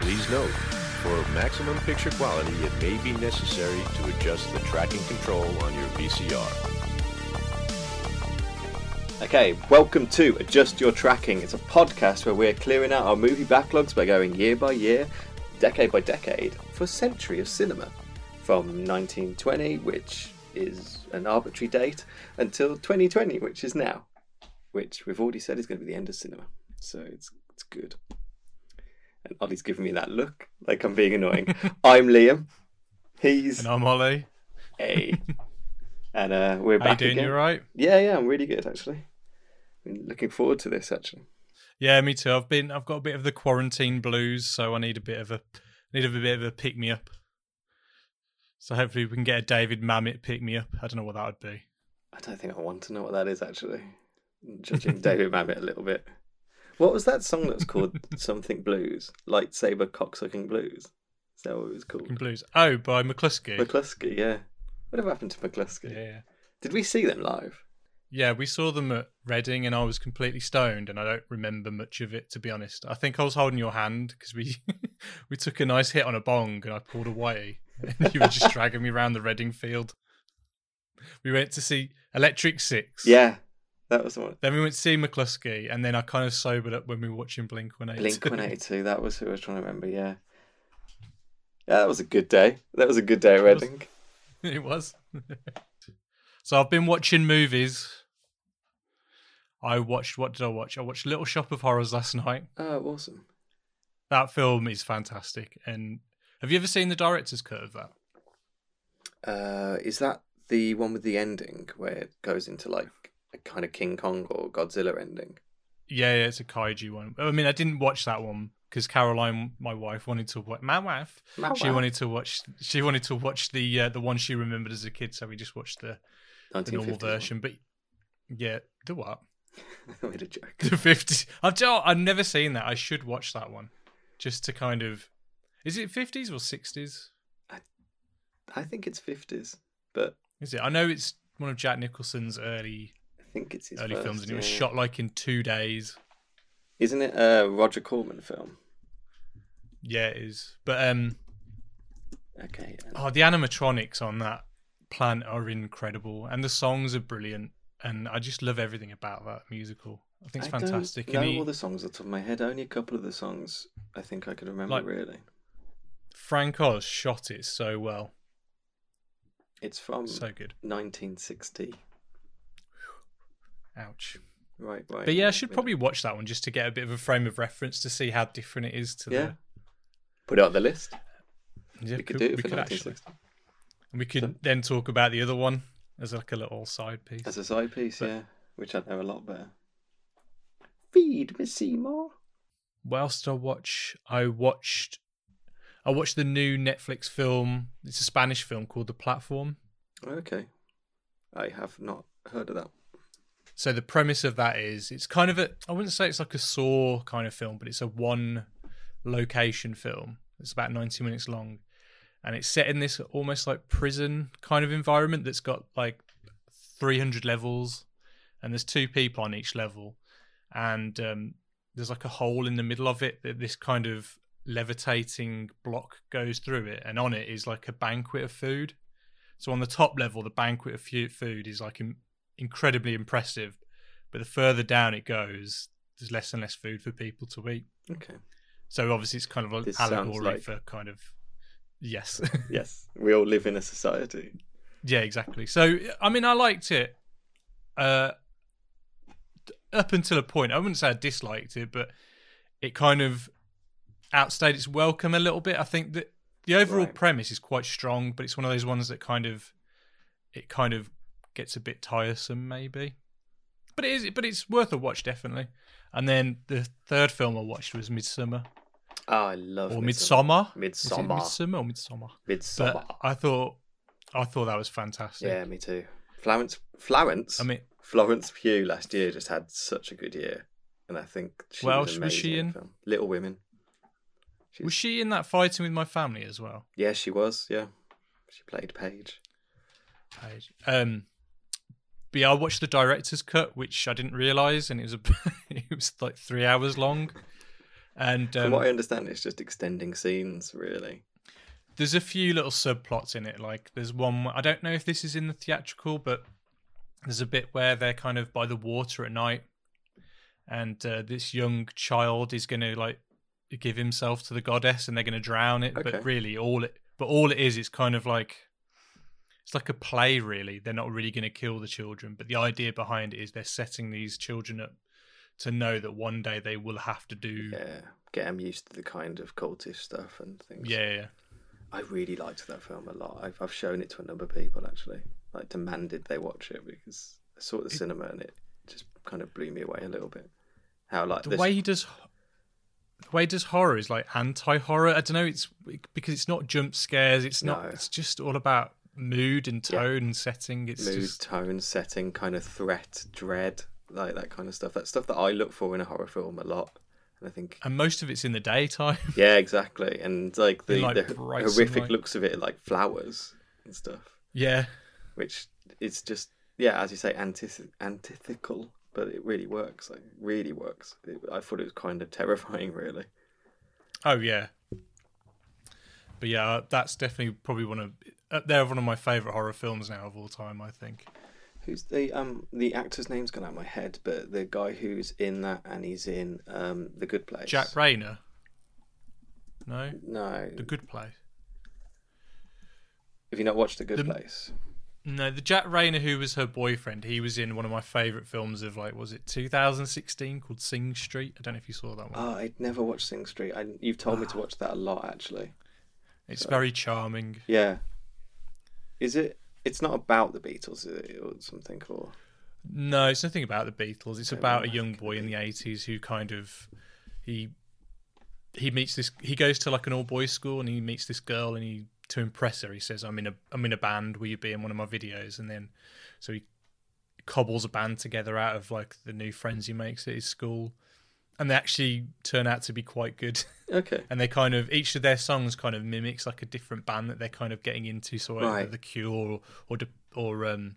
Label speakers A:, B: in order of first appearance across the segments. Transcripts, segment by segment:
A: Please note, for maximum picture quality, it may be necessary to adjust the tracking control on your VCR.
B: Okay, welcome to Adjust Your Tracking. It's a podcast where we're clearing out our movie backlogs by going year by year, decade by decade, for a century of cinema. From 1920, which is an arbitrary date, until 2020, which is now, which we've already said is going to be the end of cinema. So it's, it's good. And Ollie's giving me that look like I'm being annoying. I'm Liam. He's
C: And I'm Ollie.
B: A. And uh, we're
C: How you
B: back
C: doing?
B: again.
C: You alright?
B: Yeah, yeah, I'm really good actually. Been looking forward to this actually.
C: Yeah, me too. I've been I've got a bit of the quarantine blues, so I need a bit of a need a bit of a pick me up. So hopefully we can get a David Mamet pick me up. I don't know what that would be.
B: I don't think I want to know what that is actually. Judging David Mamet a little bit. What was that song that was called Something Blues? Lightsaber Cocksucking Blues. Is that what it was
C: In
B: called?
C: blues. Oh, by McCluskey.
B: McCluskey, yeah. Whatever happened to McCluskey?
C: yeah.
B: Did we see them live?
C: Yeah, we saw them at Reading and I was completely stoned and I don't remember much of it to be honest. I think I was holding your hand because we we took a nice hit on a bong and I pulled a whitey and you were just dragging me around the Reading field. We went to see Electric Six.
B: Yeah. That was the one.
C: Then we went to see McCluskey, and then I kind of sobered up when we were watching Blink One Eight.
B: Blink one eighty two, that was who I was trying to remember, yeah. Yeah, that was a good day. That was a good day at
C: It was.
B: Reading.
C: it was. so I've been watching movies. I watched. What did I watch? I watched Little Shop of Horrors last night.
B: Oh, awesome.
C: That film is fantastic. And have you ever seen the director's cut of that?
B: Uh, is that the one with the ending where it goes into like a kind of King Kong or Godzilla ending?
C: Yeah, yeah, it's a kaiju one. I mean, I didn't watch that one because Caroline, my wife, wanted to watch. My wife,
B: My
C: she
B: wife.
C: wanted to watch. She wanted to watch the uh, the one she remembered as a kid. So we just watched the, the normal
B: 1950s one.
C: version. But yeah, the what?
B: I made a joke.
C: The fifties. I've tell, I've never seen that. I should watch that one, just to kind of. Is it fifties or sixties?
B: I think it's fifties, but
C: Is it? I know it's one of Jack Nicholson's early
B: I think it's his
C: early
B: first,
C: films, and it was
B: yeah.
C: shot like in two days.
B: Isn't it a Roger Corman film?
C: Yeah, it is. But um,
B: Okay. uh, and-
C: oh, the animatronics on that plant are incredible, and the songs are brilliant, and I just love everything about that musical. I think it's
B: I
C: fantastic.
B: Don't know
C: and he-
B: all the songs off the top of my head. Only a couple of the songs I think I could remember.
C: Like-
B: really,
C: Frank Oz shot it so well,
B: it's from
C: so good.
B: 1960.
C: Ouch.
B: Right, right.
C: But yeah, I
B: right,
C: should
B: right.
C: probably watch that one just to get a bit of a frame of reference to see how different it is to
B: Yeah. Put it on the list.
C: the. Yeah,
B: We could do it
C: we
B: for
C: could actually.
B: 1960
C: We could then talk about the other one as like a little side piece.
B: as a side piece.
C: But-
B: Yeah, which I know a lot better. Feed me Seymour.
C: What else did I watch? I watched. I watched the new Netflix film. It's a Spanish film called The Platform.
B: Okay, I have not heard of that.
C: So the premise of that is it's kind of a I wouldn't say it's like a Saw kind of film, but it's a one location film. It's about 90 minutes long. And it's set in this almost like prison kind of environment that's got like 300 levels and there's two people on each level and um, there's like a hole in the middle of it that this kind of levitating block goes through it and on it is like a banquet of food so on the top level the banquet of fu- food is like in- incredibly impressive but the further down it goes there's less and less food for people to eat
B: Okay.
C: so obviously it's kind of an
B: This sounds
C: allegory
B: like-
C: for kind of yes
B: Yes, we all live in a society.
C: Yeah, exactly. So I mean, I liked it uh, up until a point. I wouldn't say I disliked it, but it kind of outstayed its welcome a little bit. I think that the overall
B: Right.
C: premise is quite strong, but it's one of those ones that kind of it kind of gets a bit tiresome, maybe. But it is, but it's worth a watch definitely. And then the third film I watched was Midsummer
B: Oh, I love
C: or Midsummer.
B: Midsommar.
C: Midsummer or Midsummer.
B: Midsummer.
C: But I thought, I thought that was fantastic.
B: yeah, me too. Florence, Florence,
C: I mean,
B: Florence Pugh last year just had such a good year, and I think she
C: What
B: was
C: else
B: amazing.
C: was she
B: the
C: in?
B: film. Little Women.
C: Was she in that fighting with my family as well?
B: Yeah, she was. Yeah, she played Paige.
C: Paige? Um, but yeah, I watched the director's cut, which I didn't realize, and it was a, it was like three hours long, And
B: From
C: um,
B: what I understand, it's just extending scenes, really.
C: there's a few little subplots in it. Like there's one I don't know if this is in the theatrical, but there's a bit where they're kind of by the water at night, and uh, this young child is going to like give himself to the goddess, and they're going to drown it.
B: Okay.
C: But really, all it but all it is, it's kind of like it's like a play. Really, they're not really going to kill the children, but the idea behind it is they're setting these children up to know that one day they will have to do.
B: Yeah, get them used to the kind of cultish stuff and things.
C: yeah, yeah.
B: I really liked that film a lot. I've, I've shown it to a number of people actually. Like demanded they watch it because I saw it at the cinema and it just kind of blew me away a little bit. How like
C: the
B: this,
C: way he does the way he does horror is like anti-horror i don't know it's because it's not jump scares it's not
B: No.
C: it's just all about mood and
B: Yeah.
C: tone and setting it's
B: mood,
C: just
B: tone, setting, kind of threat, dread, like that kind of stuff. That stuff that I look for in a horror film a lot. And I think
C: and most of it's in the daytime
B: yeah, exactly. And like the,
C: Um, In, like,
B: the
C: bright
B: horrific
C: sunlight.
B: looks of it, like flowers and stuff.
C: yeah
B: which is just yeah, as you say, antith- antithetical, but it really works. Like, really works. It, I thought it was kind of terrifying, really.
C: oh yeah but yeah uh, that's definitely probably one of up there one of my favorite horror films now of all time i think
B: Who's the um the actor's name's gone out of my head, but the guy who's in that and he's in um the Good Place.
C: jack rayner no
B: No,
C: the good place
B: have you not watched the Good
C: The-
B: Place?
C: no the jack rayner who was her boyfriend he was in one of my favorite films of like was it 2016 called sing street i don't know if you saw that one
B: Oh, I'd never watched Sing Street. I, you've told me
C: Ah.
B: to watch that a lot, actually.
C: It's very charming.
B: Yeah. Is it? It's not about the Beatles, is it, or something? Or
C: No, it's nothing about the Beatles. It's about a
B: well,
C: young boy in the eighties who kind of he he meets this. He goes to like an all boys school and he meets this girl and he to impress her he says I'm in a I'm in a band. Will you be in one of my videos? And then so he cobbles a band together out of like the new friends he makes at his school, and they actually turn out to be quite good.
B: okay,
C: and they kind of each of their songs kind of mimics like a different band that they're kind of getting into so either
B: Right.
C: the cure or or, De- or um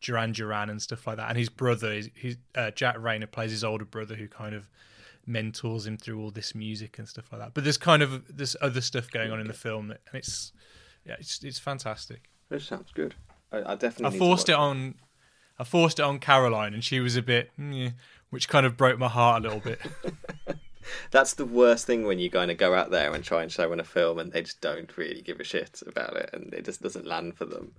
C: duran duran and stuff like that and his brother is his uh, jack rayner plays his older brother who kind of mentors him through all this music and stuff like that but there's kind of this other stuff going on in the film that, and it's yeah it's it's fantastic
B: that sounds good. I, I
C: i
B: definitely.
C: forced it
B: on.
C: on i forced it on caroline and she was a bit "Mm, yeah," which kind of broke my heart a little bit
B: That's the worst thing when you kind of go out there and try and show in a film and they just don't really give a shit about it and it just doesn't land for them.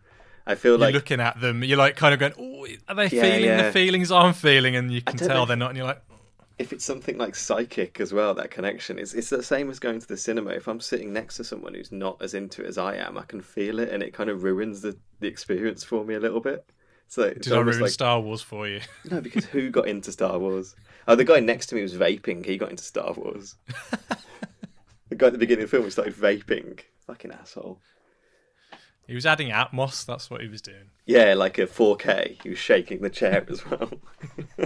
B: I feel
C: you're
B: like
C: looking at them, you're like kind of going, "Oh, are they
B: Yeah,
C: feeling
B: yeah.
C: the feelings I'm feeling?" And you can
B: don't
C: tell
B: know.
C: they're not, and you're like,
B: if it's something like psychic as well, that connection it's it's the same as going to the cinema. If I'm sitting next to someone who's not as into it as I am, I can feel it and it kind of ruins the, the experience for me a little bit. So it's
C: "Did I
B: almost
C: ruin
B: like
C: Star Wars for you?"
B: no, because who got into Star Wars? Oh, the guy next to me was vaping. He got into Star Wars. the guy at the beginning of the film started vaping. Fucking asshole.
C: He was adding Atmos. That's what he was doing.
B: Yeah, like a 4K. He was shaking the chair as well.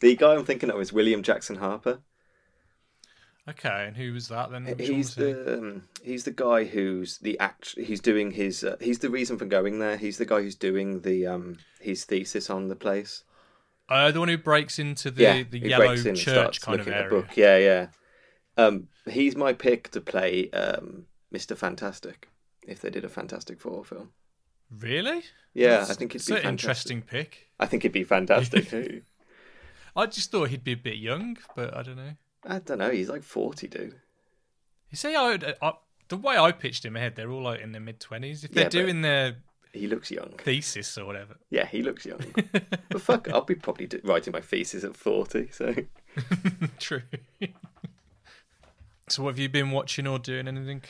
B: the guy I'm thinking of is William Jackson Harper.
C: Okay, and who was that then? Which one
B: He's
C: was he?
B: the um, he's the guy who's the act. He's doing his. Uh, he's the reason for going there. He's the guy who's doing the um his thesis on the place.
C: Uh, the one who breaks into the
B: yeah,
C: the
B: he
C: yellow
B: breaks in and starts
C: church kind of
B: looking at the
C: area.
B: book. Yeah, yeah. Um, he's my pick to play um Mr. Fantastic if they did a Fantastic Four film.
C: Really?
B: Yeah,
C: That's-
B: I think it'd
C: that's
B: be
C: an
B: fantastic.
C: interesting pick.
B: I think it'd be fantastic. too.
C: I just thought he'd be a bit young, but I don't know.
B: I don't know. He's like forty, dude.
C: You see, I, would- I the way I pitched him ahead, they're all like in their mid twenties. If they're
B: Yeah, but-
C: doing their
B: He looks young.
C: thesis or whatever,
B: Yeah, he looks young. but fuck, I'll be probably d- writing my thesis at 40, so.
C: True. so, what have you been watching or doing anything?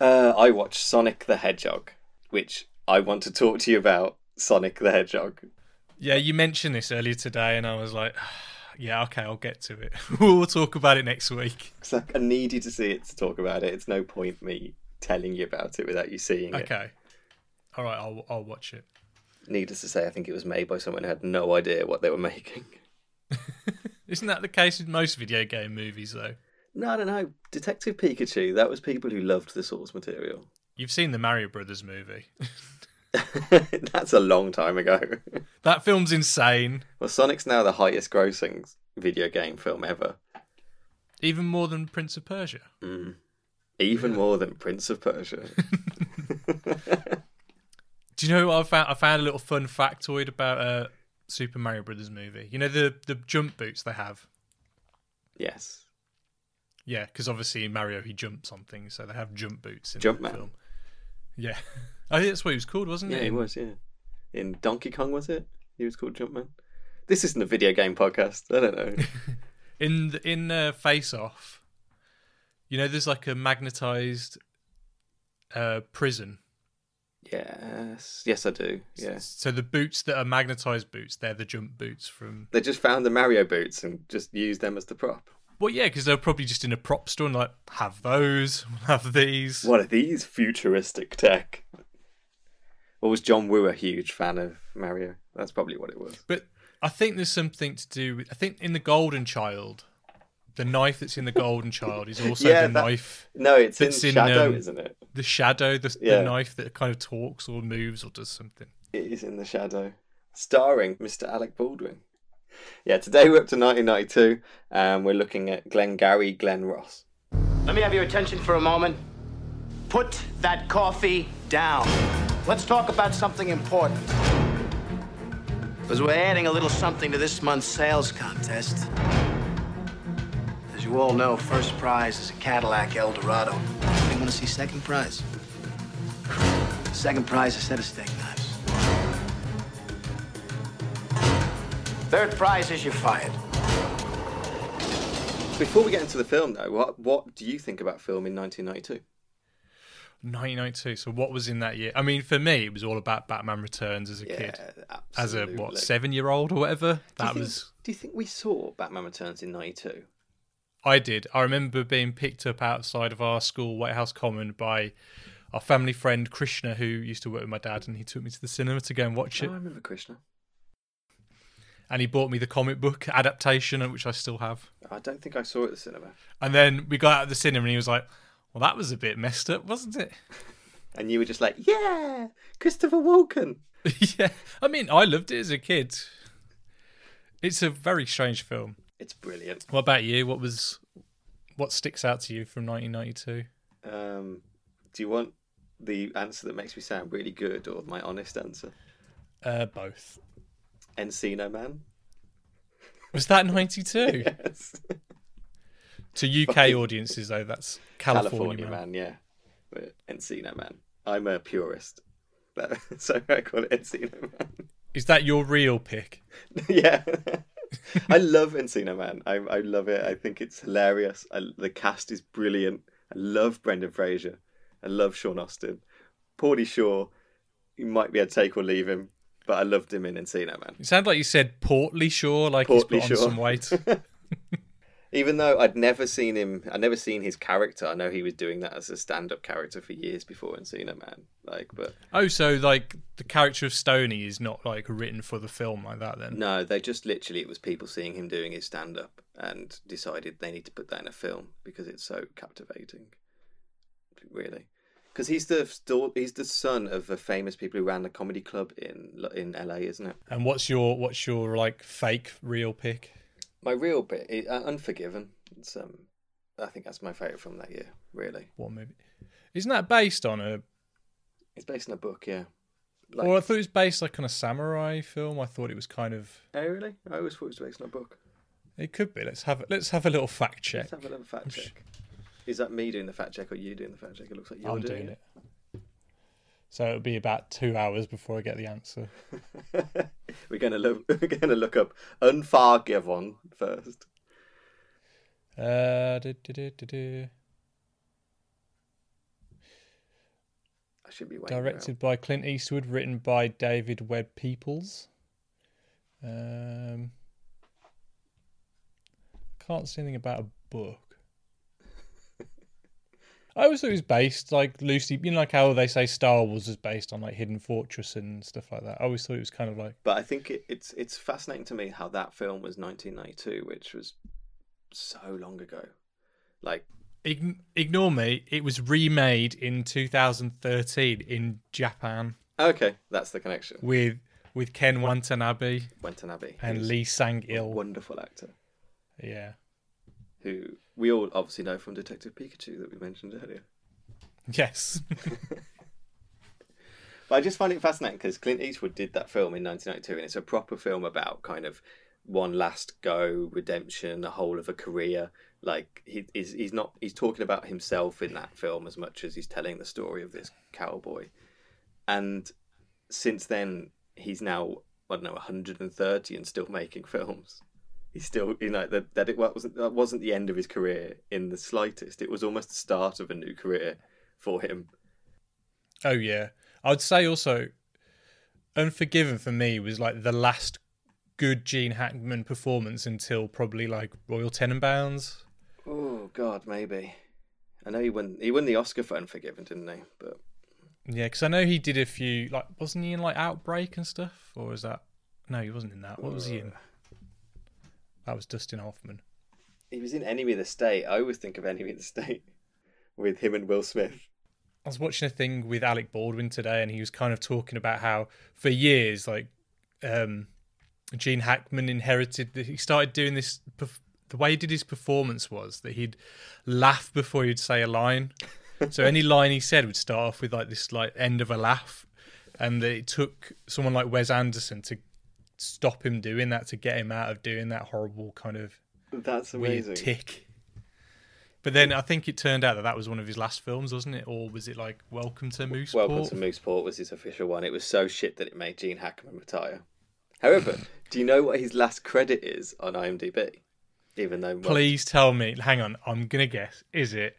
B: Uh, I watched Sonic the Hedgehog, which I want to talk to you about Sonic the Hedgehog.
C: Yeah, you mentioned this earlier today, and I was like, yeah, okay, I'll get to it. we'll talk about it next week.
B: It's like, I need you to see it to talk about it. It's no point me telling you about it without you seeing it.
C: Okay. All right, I'll, I'll watch it.
B: Needless to say, I think it was made by someone who had no idea what they were making.
C: Isn't that the case with most video game movies, though?
B: No, no, no. Detective Pikachu, that was people who loved the source material.
C: You've seen the Mario Brothers movie.
B: That's a long time ago.
C: that film's insane.
B: well, Sonic's now the highest grossing video game film ever.
C: even more than Prince of Persia.
B: Even more than Prince of Persia.
C: Do you know what I found? I found a little fun factoid about uh, Super Mario Brothers movie. You know the the jump boots they have.
B: yes.
C: Yeah, because obviously in Mario he jumps on things, so they have jump boots in
B: Jump
C: the
B: man.
C: film. Yeah, I think that's what he was called, wasn't
B: Yeah,
C: it?
B: he was, yeah. In Donkey Kong, was it? He was called Jumpman. This isn't a video game podcast. I don't know.
C: In the, in uh, Face Off, you know, there's like a magnetized uh, prison.
B: yes. Yes, I do. Yes.
C: So the boots that are magnetized boots, they're the jump boots from.
B: They just found the Mario boots and just used them as the prop.
C: Well, yeah, because they're probably just in a prop store and like have those, we'll have these.
B: What are these futuristic tech? Or was John Woo a huge fan of Mario? That's probably what it was.
C: But I think there's something to do with. I think in the Golden Child, the knife that's in the Golden Child is also
B: Yeah,
C: the
B: that-
C: knife,
B: No, it's,
C: It's
B: in,
C: in,
B: Shadow,
C: um,
B: isn't it?
C: the shadow, the,
B: Yeah.
C: the knife that kind of talks or moves or does something.
B: It is in the shadow, starring Mr. Alec Baldwin. Yeah, today we're up to 1992, and we're looking at Glengarry Glen Ross.
D: Let me have your attention for a moment. Put that coffee down. Let's talk about something important. Because we're adding a little something to this month's sales contest. As you all know, first prize is a Cadillac Eldorado. You want to see second prize? Second prize is a set of steak knives. Third prize is you're fired.
B: Before we get into the film, though, what what do you think about film in 1992?
C: 1992. So what was in that year? I mean, for me, it was all about Batman Returns as a kid, as a what
B: absolutely.
C: seven year old or whatever.
B: Do you
C: That
B: think-
C: was
B: Do you think we saw Batman Returns in '92?
C: I did. I remember being picked up outside of our school, White House Common, by our family friend Krishna, who used to work with my dad, and he took me to the cinema to go and watch
B: Oh,
C: it.
B: I remember Krishna.
C: And he bought me the comic book adaptation, which I still have.
B: I don't think I saw it at the cinema.
C: And then we got out of the cinema, and he was like, "Well, that was a bit messed up, wasn't it?"
B: And you were just like, "Yeah, Christopher Walken."
C: yeah. I mean, I loved it as a kid. It's a very strange film.
B: It's brilliant.
C: What about you? What was what sticks out to you from 1992?
B: Um, do you want the answer that makes me sound really good, or my honest answer?
C: Uh, both.
B: Encino Man.
C: Was that 92?
B: Yes.
C: to UK audiences though, that's California,
B: California,
C: man.
B: man. yeah. But Encino Man. I'm a purist. That- so I call it Encino Man.
C: Is that your real pick?
B: yeah. I love Encino Man. I, I love it. I think it's hilarious. I, the cast is brilliant. I love Brendan Fraser. I love Sean Austin. Paulie Shaw, you might be able to take or leave him, but I loved him in Encino Man.
C: It sounded like you said Portly Shore, like
B: Portly
C: he's put
B: Shore.
C: on some weight.
B: Even though I'd never seen him, I'd never seen his character. I know he was doing that as a stand-up character for years before Encino Man. Like, but
C: oh, so like the character of Stony is not like written for the film like that then?
B: No, they just literally it was people seeing him doing his stand up and decided they need to put that in a film because it's so captivating. Really, because he's the sto- he's the son of the famous people who ran the comedy club in L- in L.A. Isn't it?
C: And what's your what's your like fake real pick?
B: My real bit, it, uh, Unforgiven. It's um, I think that's my favorite film that year. Really,
C: What movie? Isn't that based on a
B: it's based on a book. Yeah. Like,
C: Well, I thought it was based like on a samurai film. I thought it was kind of
B: oh really? I always thought it was based on a book.
C: It could be. Let's have let's have a little fact check.
B: Let's have a little fact check. Is that me doing the fact check or you doing the fact check? It looks like you're
C: I'm
B: doing,
C: doing it. So it'll be about two hours before I get the answer.
B: We're gonna look. We're gonna look up Unforgiven first.
C: Uh, du- du- du- du- du.
B: I should be waiting. for
C: Directed by Clint Eastwood, written by David Webb Peoples. Um, can't see anything about a book. I always thought it was based like loosely, you know, like how they say Star Wars is based on like Hidden Fortress and stuff like that. I always thought it was kind of like
B: it. But I think it, it's it's fascinating to me how that film was 1992, which was so long ago. Like
C: Ign- ignore me. It was remade in 2013 in Japan
B: okay, that's the connection.
C: with with Ken Watanabe
B: Wentanabe
C: and
B: who's
C: Lee Sang
B: a
C: Il.
B: wonderful actor.
C: Yeah,
B: who we all obviously know from Detective Pikachu that we mentioned earlier.
C: Yes.
B: But I just find it fascinating because Clint Eastwood did that film in 1992, and it's a proper film about kind of one last go, redemption, the whole of a career. Like he is, he's not he's talking about himself in that film as much as he's telling the story of this cowboy. And since then, he's now I don't know 130 and still making films. He's still you know that that it wasn't that wasn't the end of his career in the slightest. It was almost the start of a new career for him.
C: oh yeah. I'd say also, Unforgiven for me was like the last good Gene Hackman performance until probably like Royal Tenenbaums.
B: Oh God, maybe. I know he won. He won the Oscar for Unforgiven, didn't he? But
C: Yeah, because I know he did a few. Like, wasn't he in like Outbreak and stuff? Or was that? No, he wasn't in that. What was he in? That was Dustin Hoffman.
B: he was in Enemy of the State. I always think of Enemy of the State with him and Will Smith.
C: I was watching a thing with Alec Baldwin today, and he was kind of talking about how for years, like, um, Gene Hackman inherited. The, he started doing this. perf- The way he did his performance was that he'd laugh before he'd say a line. So any line he said would start off with like this, like end of a laugh, and that it took someone like Wes Anderson to stop him doing that to get him out of doing that horrible kind of
B: That's amazing.
C: weird tick. But then I think it turned out that that was one of his last films, wasn't it? Or was it like Welcome to Mooseport?
B: Welcome to Mooseport was his official one. It was so shit that it made Gene Hackman retire. However, do you know what his last credit is on IMDb? Even though well,
C: Please tell me. Hang on, I'm gonna guess. Is it?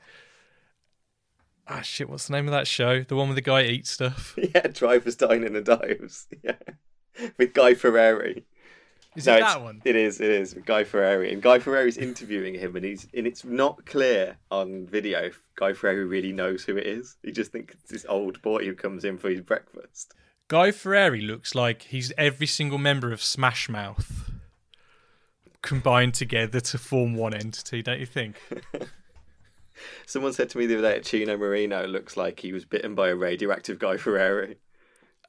C: Ah, shit. What's the name of that show? The one where the guy eats stuff.
B: yeah, drivers dining and dives, yeah, with Guy Ferrari.
C: Is
B: No,
C: it
B: it's-
C: that one?
B: It is. It is Guy Ferrari, and Guy Ferrari's interviewing him, and he's and it's not clear on video if Guy Ferrari really knows who it is. He just thinks it's this old boy who comes in for his breakfast.
C: Guy Ferrari looks like he's every single member of Smash Mouth combined together to form one entity. Don't you think?
B: Someone said to me the other day, that Chino Marino looks like he was bitten by a radioactive Guy Ferrari.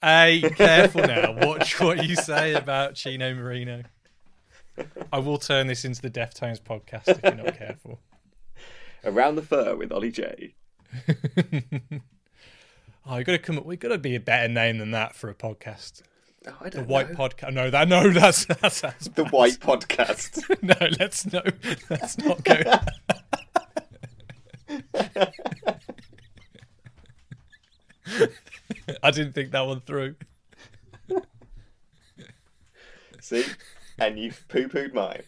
C: hey, careful now. Watch what you say about Chino Marino. I will turn this into the Deftones podcast if you're not careful.
B: Around the fur with Ollie J.
C: Oh, you got to come up. We got to be a better name than that for a podcast.
B: Oh, I don't
C: White
B: know.
C: podcast. No, that no, that's that's, that's
B: the White Podcast.
C: no. Let's no, let's not go. I didn't think that one through.
B: See, and you poo pooed mine.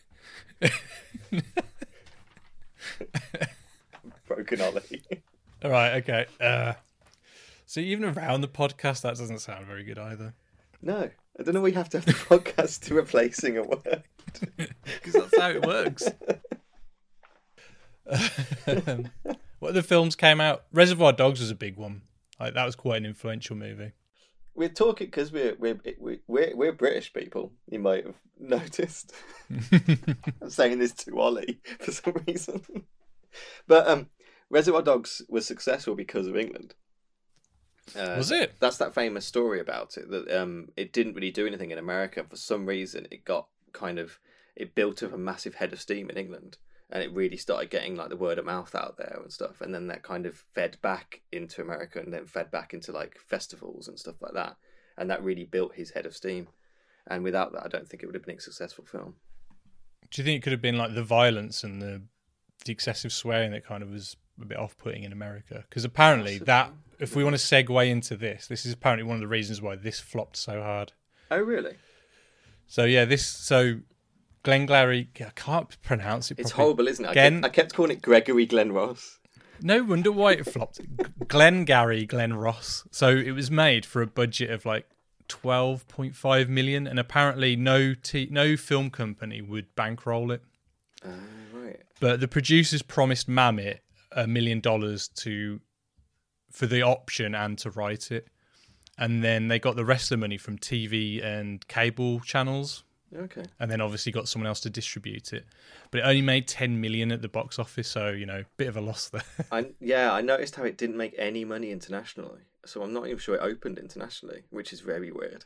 B: Broken Ollie.
C: All right, okay. Uh, so even around the podcast, that doesn't sound very good either.
B: No, I don't know. why you have to have the podcast to replacing a word.
C: Because that's how it works. um, what other films came out? Reservoir Dogs was a big one. Like that was quite an influential movie.
B: We're talking because we're we're we're we're British people. You might have noticed. I'm saying this to Ollie for some reason, but um, Reservoir Dogs was successful because of England. Uh,
C: Was it?
B: That's that famous story about it that um, it didn't really do anything in America for some reason. It got kind of it built up a massive head of steam in England, and it really started getting like the word of mouth out there and stuff. And then that kind of fed back into America, and then fed back into like festivals and stuff like that. And that really built his head of steam. And without that, I don't think it would have been a successful film.
C: Do you think it could have been like the violence and the the excessive swearing that kind of was a bit off putting in America? Because apparently that, if we want to segue into this, this is apparently one of the reasons why this flopped so hard.
B: Oh, really?
C: So yeah, this so Glengarry, I can't pronounce it.
B: It's
C: properly.
B: horrible, isn't it? I,
C: Gen-
B: kept, I kept calling it Gregory Glen Ross.
C: No wonder why it flopped. Glengarry, Glen Ross. So it was made for a budget of like twelve point five million, and apparently no t- no film company would bankroll it.
B: Right.
C: but the producers promised Mamet a million dollars to for the option and to write it, and then they got the rest of the money from TV and cable channels,
B: Okay.
C: and then obviously got someone else to distribute it. But it only made ten million at the box office, so you know, bit of a loss there.
B: I yeah, I noticed how it didn't make any money internationally. So I'm not even sure it opened internationally, which is very weird.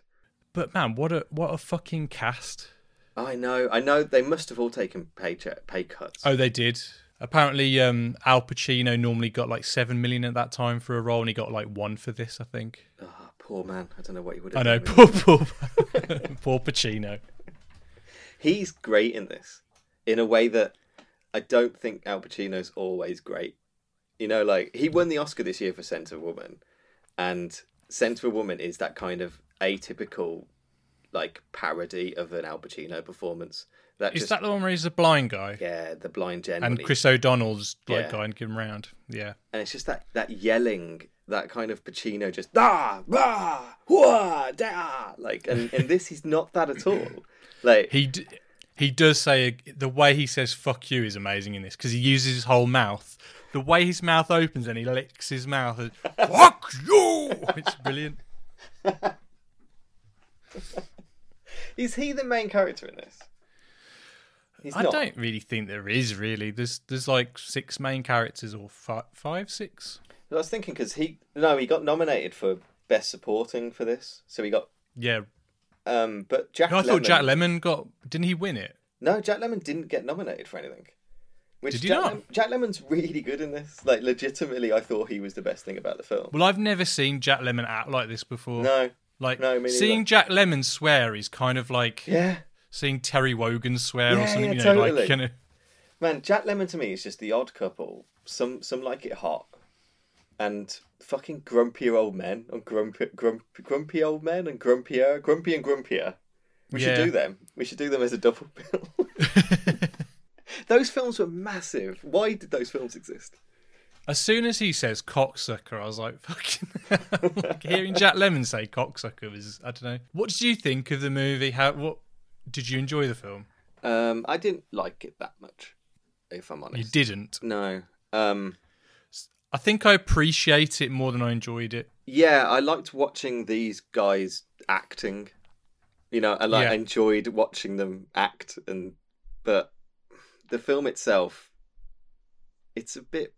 C: but man, what a what a fucking cast!
B: I know, I know. They must have all taken pay check, pay cuts.
C: Oh, they did. Apparently, um, Al Pacino normally got like seven million at that time for a role, and he got like one for this. I think.
B: Ah, poor man. I don't know what he would
C: I
B: have.
C: know,
B: done with
C: poor, poor, poor Pacino.
B: He's great in this, in a way that I don't think Al Pacino's always great. You know, like he won the Oscar this year for Scent of Woman, and Scent of a Woman is that kind of atypical, like parody of an Al Pacino performance. That
C: Is
B: just
C: that the one where he's a blind guy
B: yeah, the blind gen when
C: and
B: he-
C: Chris O'Donnell's like
B: Yeah.
C: guy and give him round? Yeah,
B: and it's just that that yelling, that kind of Pacino, just da rah, wah, da, like, and in this he's not that at all. Like
C: he d- he does say the way he says "fuck you" is amazing in this because he uses his whole mouth. The way his mouth opens and he licks his mouth, and, "fuck you," it's brilliant.
B: is he the main character in this? He's
C: I
B: not.
C: don't really think there is really. There's there's like six main characters or five, five six.
B: I was thinking because he no, he got nominated for best supporting for this, so he got
C: Yeah,
B: um, but Jack.
C: No, I
B: Lemmon,
C: thought Jack Lemon got. Didn't he win it?
B: No, Jack Lemon didn't get nominated for anything. Which
C: Did he
B: Jack,
C: not?
B: Lem- Jack Lemon's really good in this. Like, legitimately, I thought he was the best thing about the film.
C: Well, I've never seen Jack Lemon act like this before.
B: No,
C: like
B: no, me neither.
C: seeing Jack Lemon swear is kind of like
B: yeah,
C: seeing Terry Wogan swear
B: Yeah,
C: or something.
B: yeah,
C: you know,
B: totally.
C: like kind of,
B: man, Jack Lemon to me is just the odd couple. Some some like it hot, and fucking grumpier old men and grumpy grump, grumpy old men and grumpier, grumpy and grumpier. We should
C: Yeah.
B: do them. We should do them as a double bill. those films were massive. Why did those films exist?
C: as soon as he says cocksucker, I was like, fucking. like, hearing Jack Lemon say cocksucker was, I don't know. What did you think of the movie? How what did you enjoy the film?
B: Um, I didn't like it that much, if I'm
C: You
B: honest.
C: didn't.
B: No. Um,
C: I think I appreciate it more than I enjoyed it.
B: yeah, I liked watching these guys acting. You know, I like
C: Yeah.
B: enjoyed watching them act, and but the film itself, it's a bit.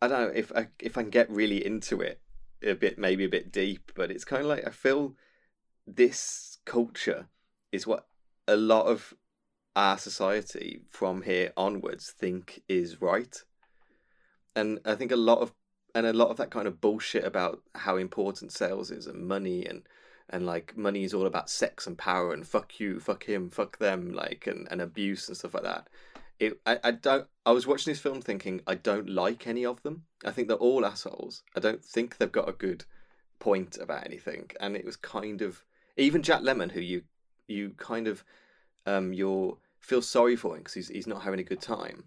B: I don't know if I if I can get really into it a bit, maybe a bit deep, but it's kind of like I feel this culture is what a lot of our society from here onwards think is right and i think a lot of and a lot of that kind of bullshit about how important sales is and money and and like money is all about sex and power and fuck you fuck him fuck them like and, and abuse and stuff like that it I, I don't i was watching this film thinking i don't like any of them i think they're all assholes i don't think they've got a good point about anything and it was kind of even jack lemon who you you kind of um you feel sorry for him because he's, he's not having a good time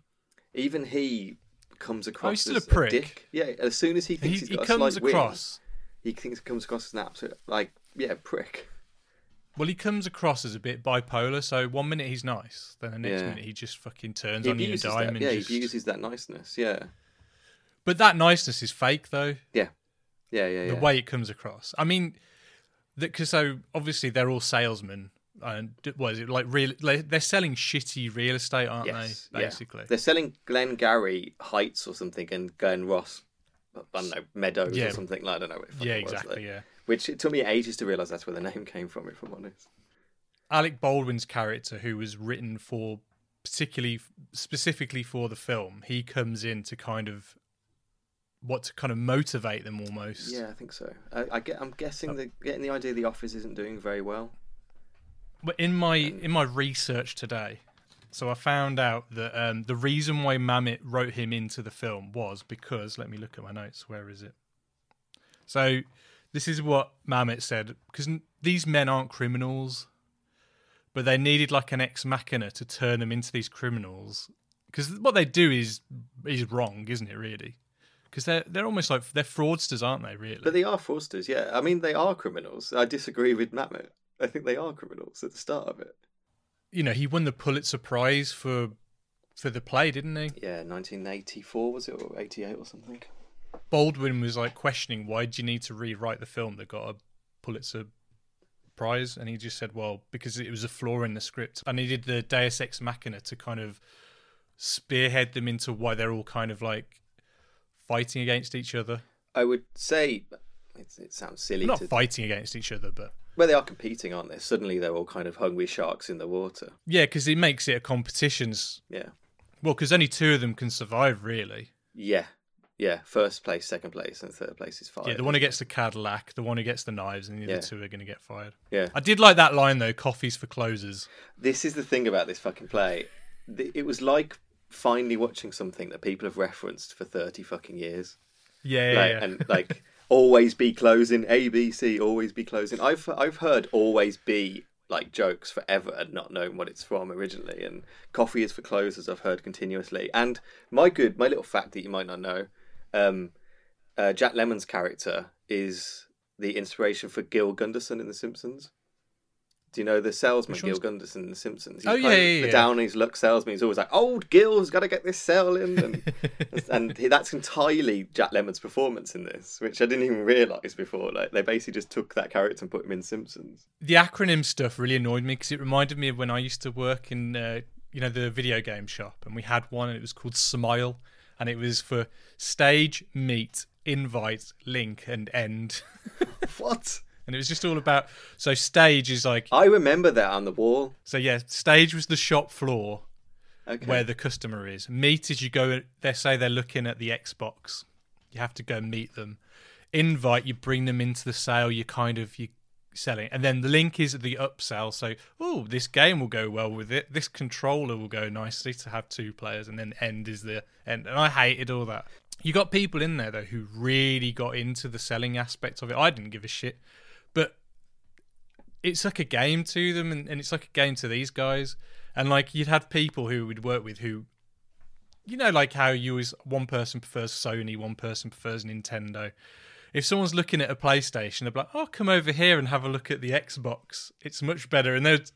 B: even he comes across
C: Oh, still a
B: as
C: prick.
B: dick yeah as soon as he
C: He,
B: thinks he, has
C: he
B: got a
C: comes
B: slight win,
C: across.
B: he thinks he comes across as an absolute like yeah prick
C: Well, he comes across as a bit bipolar. So one minute he's nice, then the next
B: Yeah.
C: minute he just fucking turns
B: he
C: on you a
B: abuses
C: dime
B: that
C: and
B: yeah
C: just.
B: he abuses that niceness yeah
C: But that niceness is fake, though.
B: yeah yeah yeah
C: The way it comes across. I mean, because so obviously they're all salesmen, and what is it like? Real, like, they're selling shitty real estate, aren't
B: yes
C: they?
B: yeah.
C: Basically.
B: they're selling Glen Gary Heights or something and Glen Ross I don't know Meadows
C: Yeah.
B: or something like I don't know what it
C: yeah,
B: fucking was, like.
C: exactly. Yeah.
B: Which it took me ages to realise that's where the name came from, if I'm honest.
C: Alec Baldwin's character, who was written for particularly specifically for the film, he comes in to kind of what to kind of motivate them almost.
B: Yeah, I think so. I, I get. I'm guessing the getting the idea the office isn't doing very well.
C: But in my in my research today, so I found out that um, the reason why Mamet wrote him into the film was because let me look at my notes. Where is it? So this is what Mamet said because these men aren't criminals, but they needed like an ex machina to turn them into these criminals because what they do is is wrong, isn't it? Really. Because they're they're almost like they're fraudsters, aren't they? Really,
B: But they are fraudsters. Yeah, I mean they are criminals. I disagree with Mamet. I think they are criminals at the start of it.
C: you know, he won the Pulitzer Prize for for the play, didn't he?
B: Yeah, 1984 was it or 88 or something?
C: Baldwin was like questioning why do you need to rewrite the film that got a Pulitzer Prize, and he just said, "Well, because it was a flaw in the script. I needed the Deus Ex Machina to kind of spearhead them into why they're all kind of like fighting against each other.
B: I would say it, it sounds silly
C: Not
B: to
C: fighting against each other, but
B: Well, they are competing, aren't they? Suddenly they're all kind of hungry sharks in the water.
C: Yeah, because it makes it a competitions.
B: Yeah.
C: Well, because only two of them can survive, really.
B: Yeah. Yeah. First place, second place, and third place is fired.
C: Yeah, the one who gets the Cadillac, the one who gets the knives, and the
B: Yeah.
C: other two are going to get fired.
B: Yeah.
C: I did like that line though. Coffee's for closers.
B: This is the thing about this fucking play. Th- It was like finally watching something that people have referenced for 30 fucking years.
C: Yeah,
B: like,
C: yeah, yeah.
B: and like always be closing abc always be closing i've i've heard always be like jokes forever and not knowing what it's from originally and coffee is for closers i've heard continuously and my good my little fact that you might not know um uh, jack lemon's character is the inspiration for gil gunderson in the simpsons do you know the salesman
C: Which
B: Gil
C: one's-
B: Gunderson in The Simpsons? He's
C: Oh,
B: kind
C: yeah,
B: of
C: yeah,
B: the
C: yeah.
B: down on his luck salesman. He's always like, "Old Gil's got to get this sale in," and and he- that's entirely Jack Lemon's performance in this, which I didn't even realize before. Like they basically just took that character and put him in Simpsons.
C: the acronym stuff really annoyed me because it reminded me of when I used to work in, uh, you know, the video game shop, and we had one, and it was called Smile, and it was for stage, meet, invite, link, and end,
B: What?
C: and it was just all about. So stage is like,
B: I remember that on the wall.
C: so yeah, stage was the shop floor
B: Okay.
C: where the customer is. Meet is you go. They say they're looking at the Xbox. You have to go meet them. Invite you bring them into the sale. You kind of you selling, and then the link is the upsell. So oh, this game will go well with it. This controller will go nicely to have two players, and then end is the end. And I hated all that. You got people in there though who really got into the selling aspect of it. I didn't give a shit, but it's like a game to them and, and it's like a game to these guys and like you'd have people who we'd work with who you know like how you always one person prefers sony one person prefers nintendo if someone's looking at a playstation they'd be like oh come over here and have a look at the xbox it's much better and they'd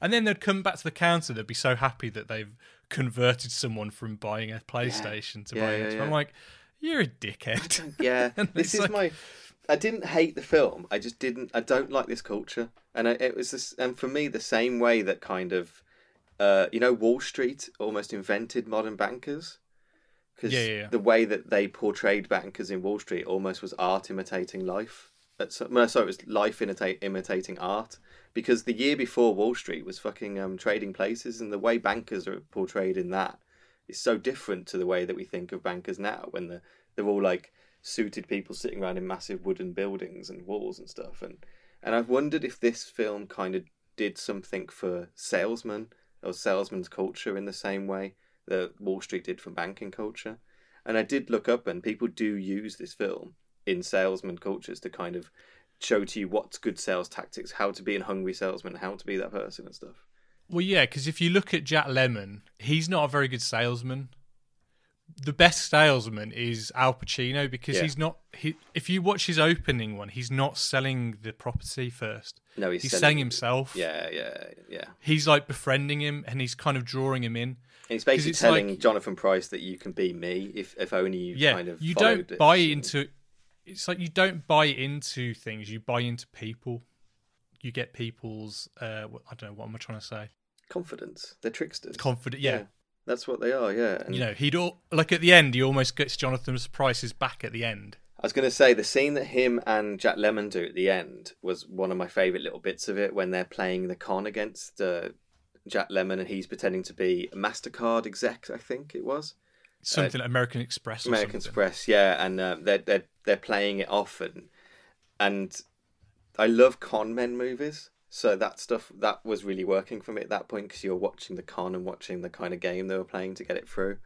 C: and then they'd come back to the counter they'd be so happy that they've converted someone from buying a playstation to
B: Yeah,
C: buying
B: yeah,
C: an xbox
B: yeah.
C: i'm like you're a dickhead
B: Yeah.
C: And
B: this
C: it's
B: is my.
C: like-
B: I didn't hate the film. I just didn't. I don't like this culture, and I, it was this. And for me, the same way that kind of, uh, you know, Wall Street almost invented modern bankers. Because
C: Yeah, yeah, yeah.
B: the way that they portrayed bankers in Wall Street almost was art imitating life. At so, well, sorry, it was life imitate, imitating art. Because the year before Wall Street was fucking um, trading places, and the way bankers are portrayed in that is so different to the way that we think of bankers now, when the, they're all like suited people sitting around in massive wooden buildings and walls and stuff. And and I've wondered if this film kind of did something for salesmen or salesman's culture in the same way that Wall Street did for banking culture. And I did look up, and people do use this film in salesman cultures to kind of show to you what's good sales tactics, how to be a hungry salesman, how to be that person and stuff.
C: Well, yeah, because if you look at Jack Lemon, he's not a very good salesman. The best salesman is Al Pacino because
B: Yeah.
C: he's not. He, if you watch his opening one, he's not selling the property first.
B: No, he's
C: He's, selling himself.
B: Yeah, yeah, yeah.
C: He's like befriending him and he's kind of drawing him in.
B: And he's basically
C: it's
B: telling
C: like-
B: Jonathan Price that you can be me if, if only you
C: Yeah,
B: kind of
C: you
B: followed
C: don't
B: this.
C: buy into. It's like you don't buy into things. You buy into people. You get people's. Uh, wh- I don't know what am I trying to say.
B: confidence. They're tricksters.
C: Confident. yeah.
B: That's what they are, yeah. And
C: you know, he'd all like at the end. He almost gets Jonathan's prices back at the end.
B: I was going to say the scene that him and Jack Lemon do at the end was one of my favorite little bits of it when they're playing the con against uh, Jack Lemon and he's pretending to be a Mastercard exec, I think it was.
C: something like American Express.
B: Uh,
C: Or
B: American
C: something.
B: Express, yeah, and uh, they're they're they're playing it off, and and I love con men movies, so that stuff that was really working for me at that point because you were watching the con and watching the kind of game they were playing to get it through,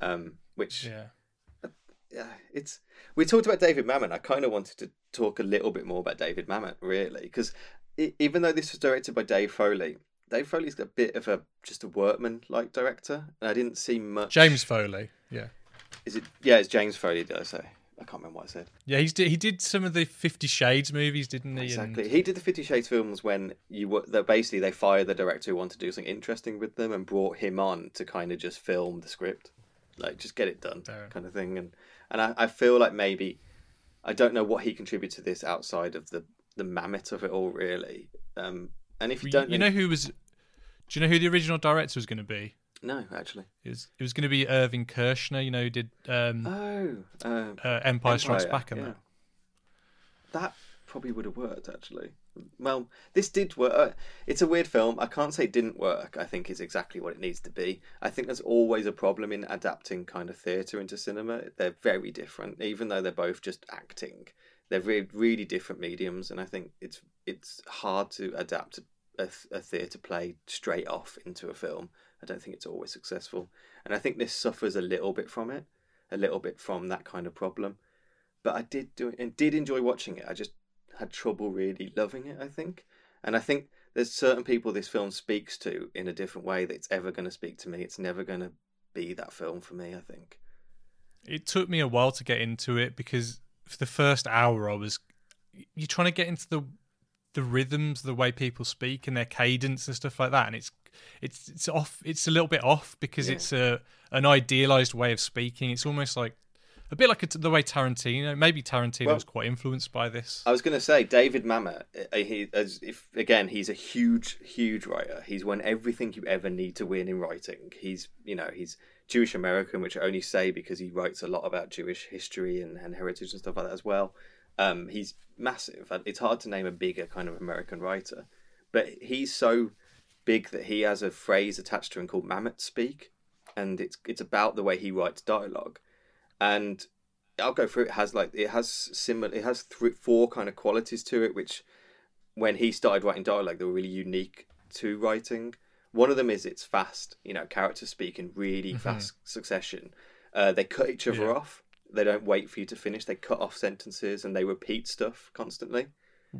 B: um, which
C: Yeah,
B: yeah, it's we talked about David Mamet. I kind of wanted to talk a little bit more about David Mamet, really, because even though this was directed by Dave Foley, Dave Foley's a bit of a just a workman like director, and I didn't see much.
C: James Foley. Yeah,
B: is it? Yeah, it's James Foley. Did I say? I can't remember what I said.
C: yeah. He's did, he did some of the Fifty Shades movies, didn't he? And-
B: Exactly. He did the Fifty Shades films when you were that basically they fired the director who wanted to do something interesting with them and brought him on to kind of just film the script, like just get it done
C: Fair.
B: kind of thing. And and I, I feel like maybe I don't know what he contributed to this outside of the the mammoth of it all really. Um, and if you
C: you
B: don't,
C: you know who was? Do you know who the original director was going to be?
B: no, actually,
C: It was it was going to be Irving Kershner. You know, who did um,
B: oh, um,
C: uh, Empire Strikes
B: Empire,
C: Back and
B: yeah.
C: that.
B: that probably would have worked actually. Well, this did work. Uh, It's a weird film. I can't say it didn't work. I think it's exactly what it needs to be. I think there's always a problem in adapting kind of theatre into cinema. They're very different, even though they're both just acting. They're re- really different mediums, and I think it's it's hard to adapt a, th- a theatre play straight off into a film. I don't think it's always successful, and I think this suffers a little bit from it, a little bit from that kind of problem. But I did do and did enjoy watching it. I just had trouble really loving it, I think. And I think there's certain people this film speaks to in a different way that it's ever going to speak to me. It's never going to be that film for me, I think.
C: It took me a while to get into it because for the first hour I was you're trying to get into the the rhythms, the way people speak and their cadence and stuff like that, and it's it's it's off. It's a little bit off because
B: Yeah.
C: it's a an idealized way of speaking. It's almost like a bit like a, the way Tarantino. Maybe Tarantino
B: Well-
C: was quite influenced by this.
B: I was going to say David Mamet. uh, He, as if again, he's a huge, huge writer. He's won everything you ever need to win in writing. He's, you know, he's Jewish American, which I only say because he writes a lot about Jewish history and, and heritage and stuff like that as well. Um, he's massive. and It's hard to name a bigger kind of American writer, but he's so big that he has a phrase attached to him called Mamet speak, and it's it's about the way he writes dialogue, and I'll go through. It has like it has similar. It has three, four kind of qualities to it, which when he started writing dialogue, they were really unique to writing. One of them is it's fast. You know, characters speak in really fast succession. Uh, they cut each other
C: Yeah.
B: off. They don't wait for you to finish. They cut off sentences and they repeat stuff constantly.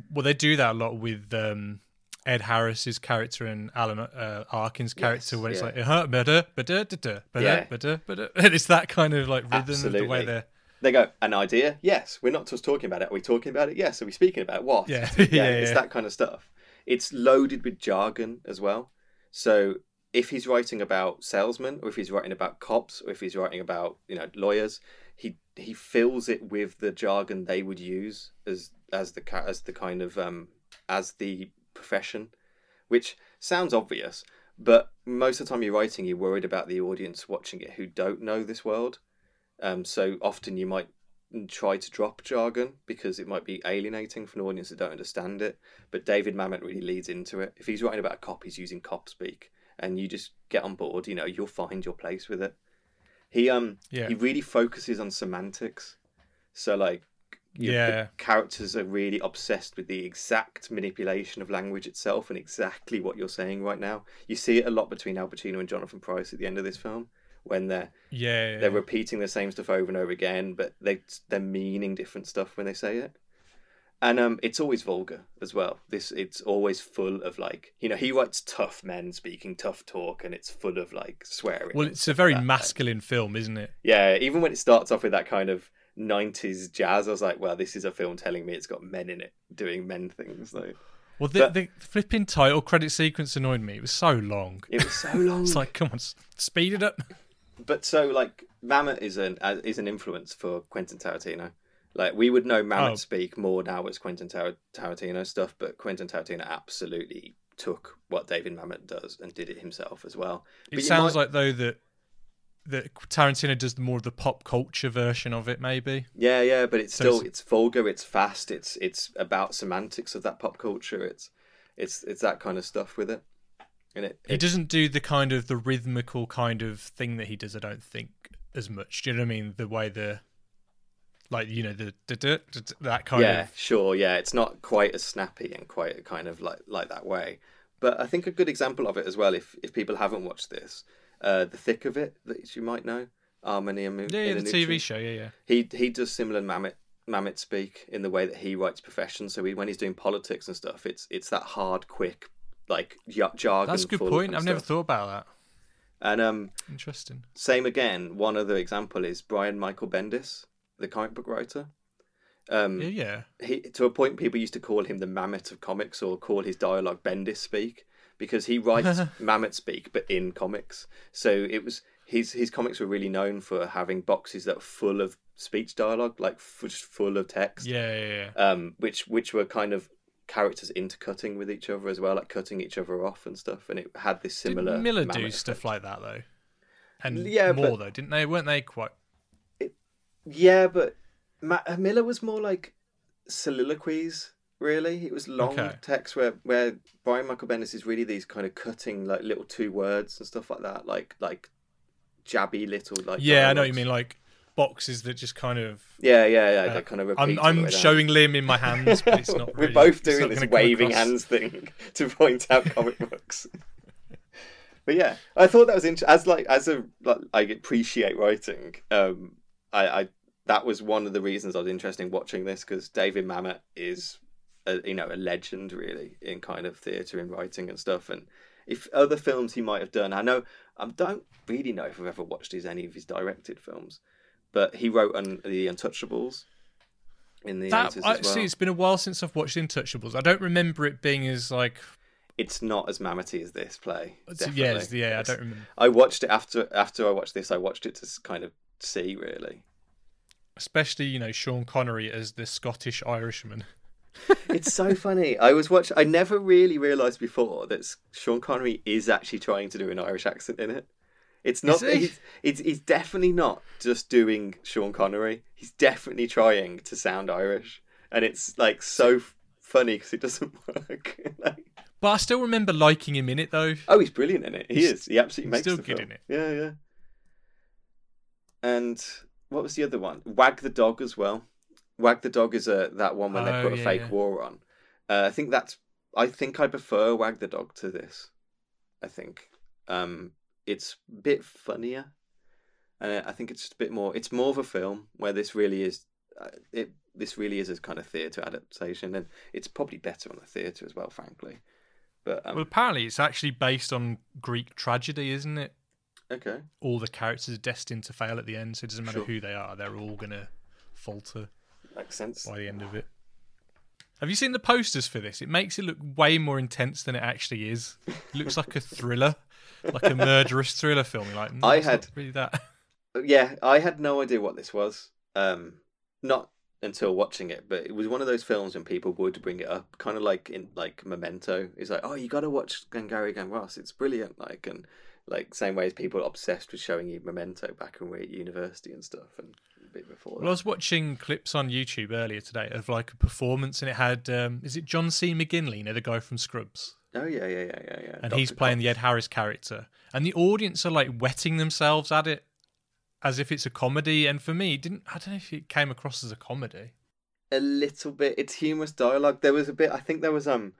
C: Well, they do that a lot with um, Ed Harris's character and Alan uh, Arkin's character,
B: Yes,
C: when it's
B: yeah.
C: like uh-huh, ba-da, ba-da, da-da, ba-da,
B: Yeah.
C: ba-da, ba-da. and it's that kind of like rhythm of the
B: Absolutely.
C: way they're
B: They go, an idea? Yes. We're not just talking about it. Are we talking about it? Yes. Are we speaking about it? What?
C: Yeah.
B: yeah,
C: Yeah,
B: It's
C: yeah.
B: that kind of stuff. It's loaded with jargon as well. So if he's writing about salesmen, or if he's writing about cops, or if he's writing about you know lawyers, he he fills it with the jargon they would use as as the ca- as the kind of um as the profession, which sounds obvious. But most of the time you're writing, you're worried about the audience watching it who don't know this world. Um, so often you might try to drop jargon because it might be alienating for an audience that don't understand it. But David Mamet really leads into it. If he's writing about a cop, he's using cop speak, and you just get on board. You know, you'll find your place with it. He um
C: Yeah.
B: he really focuses on semantics. So like you-
C: Yeah.
B: the characters are really obsessed with the exact manipulation of language itself and exactly what you're saying right now. You see it a lot between Al Pacino and Jonathan Price at the end of this film when they're
C: yeah, yeah,
B: they're
C: yeah.
B: repeating the same stuff over and over again, but they they're meaning different stuff when they say it. And um, it's always vulgar as well. This it's always full of like you know he writes tough men speaking tough talk, and it's full of like swearing.
C: Well,
B: and
C: it's a
B: stuff
C: very
B: like that.
C: masculine film, isn't it?
B: Yeah, even when it starts off with that kind of '90s jazz, I was like, well, this is a film telling me it's got men in it doing men things. Though
C: Well, the,
B: But-
C: the flipping title credit sequence annoyed me. It was so long.
B: it was so long.
C: It's like, come on, s- speed it up.
B: but so like Mamet is an uh, is an influence for Quentin Tarantino. Like we would know Mamet
C: Oh.
B: speak more now as Quentin Tar- Tarantino stuff, but Quentin Tarantino absolutely took what David Mamet does and did it himself as well.
C: It sounds like though that that Tarantino does more of the pop culture version of it, maybe.
B: yeah, yeah, but it's
C: So
B: still
C: it's-
B: it's vulgar, it's fast, it's it's about semantics of that pop culture. It's it's it's that kind of stuff with it, and it,
C: He
B: it
C: doesn't do the kind of the rhythmical kind of thing that he does. I don't think as much. Do you know what I mean? The way the like you know the, the, the, the- that kind
B: yeah,
C: of
B: sure, yeah. It's not quite as snappy and quite kind of like like that way. But I think a good example of it as well, if if people haven't watched this, uh, the thick of it that you might know, Armani and
C: yeah, yeah the TV show. Yeah, yeah.
B: He he does similar Mamet Mamet speak in the way that he writes professions. So he, when he's doing politics and stuff, it's it's that hard, quick, like y- jargon.
C: That's a good
B: full
C: point.
B: and
C: I've never
B: stuff.
C: thought about
B: And um,
C: that. Interesting.
B: same again. One other example is Brian Michael Bendis, the comic book writer. Um,
C: Yeah, yeah.
B: he to a point people used to call him the mammoth of comics or call his dialogue bendis speak because he writes mammoth speak but in comics so it was his his comics were really known for having boxes that were full of speech dialogue like f- just full of text
C: Yeah, yeah, yeah.
B: um which which were kind of characters intercutting with each other as well like cutting each other off and stuff and it had this similar
C: Did Miller do
B: Mamet
C: stuff
B: effect.
C: like that though? And
B: Yeah,
C: more
B: but-
C: though, didn't they? Weren't they quite?
B: Yeah, but Ma- Miller was more like soliloquies really. It was long
C: Okay.
B: text where where Brian Michael Bendis is really these kind of cutting like little two words and stuff like that, like like jabby little like.
C: Yeah, I know what you
B: dialogues.
C: mean. Like boxes that just kind of.
B: Yeah, yeah, yeah.
C: uh,
B: that kind of.
C: I'm
B: repeats all the
C: I'm
B: way down.
C: showing Lim in my hands, but it's not.
B: We're
C: really-
B: both
C: it's not
B: doing this
C: gonna come
B: waving
C: across.
B: hands thing to point out comic books. But yeah, I thought that was interesting. As like as a like, I appreciate writing. Um, I, I that was one of the reasons I was interested in watching this because David Mamet is, a, you know, a legend really in kind of theatre and writing and stuff. And if other films he might have done, I know I don't really know if I've ever watched his any of his directed films, but he wrote on the Untouchables. In the
C: That,
B: 80s
C: I,
B: as well.
C: See, it's been a while since I've watched Intouchables. I don't remember it being as like.
B: it's not as mammoty as this play. Definitely.
C: Yeah, it's- yeah, I
B: It's-
C: don't remember.
B: I watched it after after I watched this. I watched it to s- kind of see really.
C: Especially you know Sean Connery as the Scottish Irishman.
B: It's so funny. I was watch. I never really realized before that s- Sean Connery is actually trying to do an Irish accent in it. It's not.
C: Is he?
B: He's, it's he's definitely not just doing Sean Connery. He's definitely trying to sound Irish, and it's like so f- funny because it doesn't work. like,
C: But I still remember liking him in it though.
B: Oh, he's brilliant in it. He
C: He's-
B: is. He absolutely
C: he's
B: makes
C: still
B: the
C: good
B: film.
C: in it.
B: Yeah, yeah. And what was the other one? Wag the dog as well. Wag the dog is a that one where
C: Oh,
B: they put a
C: yeah,
B: fake
C: yeah.
B: war on. Uh, I think that's. I think I prefer Wag the dog to this. I think um, it's a bit funnier, and I think it's just a bit more. It's more of a film where this really is. uh, It this really is a kind of theatre adaptation, and it's probably better on the theatre as well, frankly. But um,
C: Well, apparently it's actually based on Greek tragedy, isn't it?
B: okay.
C: All the characters are destined to fail at the end, so it doesn't matter
B: Sure.
C: who they are; they're all gonna falter
B: Makes sense.
C: by the end of it. Have you seen the posters for this? It makes it look way more intense than it actually is. It looks like a thriller, like a murderous thriller film. You're like, "No,
B: I
C: it's not
B: had-
C: really that.
B: Yeah, I had no idea what this was. Um, not until watching it, but it was one of those films when people would bring it up, kind of like in like Memento. It's like, oh, you got to watch Gangari Ross. It's brilliant. Like and like same way as people are obsessed with showing you Memento back when we were at university and stuff, and a bit before.
C: Well, I
B: That.
C: was watching clips on YouTube earlier today of like a performance, and it had um, is it John C. McGinley, you know, the guy from Scrubs,
B: Oh yeah, yeah, yeah, yeah, yeah.
C: and he's
B: Dr.
C: playing the Ed
B: Cox.
C: Harris character, and the audience are like wetting themselves at it as if it's a comedy. And for me, it didn't I don't know if it came across as a comedy.
B: a little bit. It's humorous dialogue. There was a bit. I think there was um,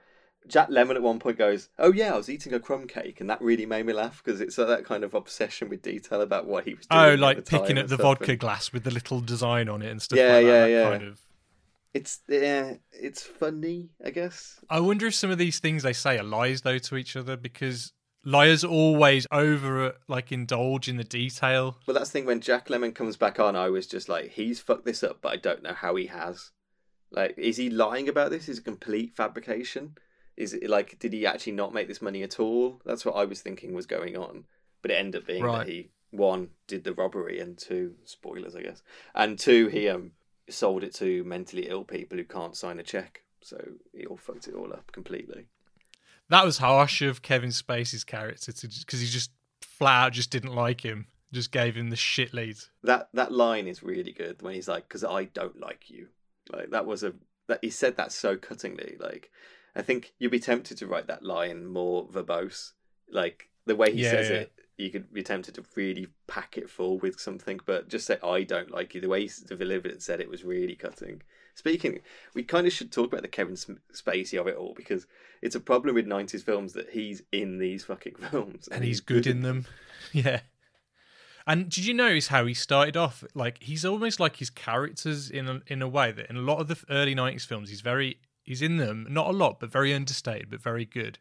B: Jack Lemon at one point goes, "Oh yeah, I was eating a crumb cake, and that really made me laugh because it's uh, that kind of obsession with detail about what he was doing."
C: Oh,
B: at
C: like
B: the time
C: picking up
B: and
C: the
B: stuff,
C: vodka
B: and
C: glass with the little design on it and stuff.
B: Yeah,
C: like that,
B: yeah,
C: that
B: yeah.
C: Kind of.
B: It's yeah, it's funny, I guess.
C: I wonder if some of these things they say are lies though to each other because liars always over like indulge in the detail.
B: Well, that's the thing when Jack Lemon comes back on, I was just like, he's fucked this up, but I don't know how he has. Like, is he lying about this? Is it complete fabrication? Is it like, did he actually not make this money at all? That's what I was thinking was going on. But it ended up being
C: Right.
B: that he, one, did the robbery, and two, spoilers, I guess, and two, he um sold it to mentally ill people who can't sign a check. So he all fucked it all up completely.
C: That was harsh of Kevin Spacey's character to because he just flat out just didn't like him, just gave him the shit lead.
B: that that line is really good when he's like because i don't like you like that was a that he said that so cuttingly like i think you'd be tempted to write that line more verbose like the way he
C: Yeah,
B: says
C: yeah.
B: it you could be tempted to really pack it full with something but just say i don't like you the way he s- delivered it and said it was really cutting speaking we kind of should talk about the kevin Sm- spacey of it all because it's a problem with 90s films that he's in these fucking films
C: and he's good in them. Yeah. And did you notice how he started off? Like he's almost like his characters in a, in a way that in a lot of the early '90s films, he's very he's in them not a lot, but very understated, but very good.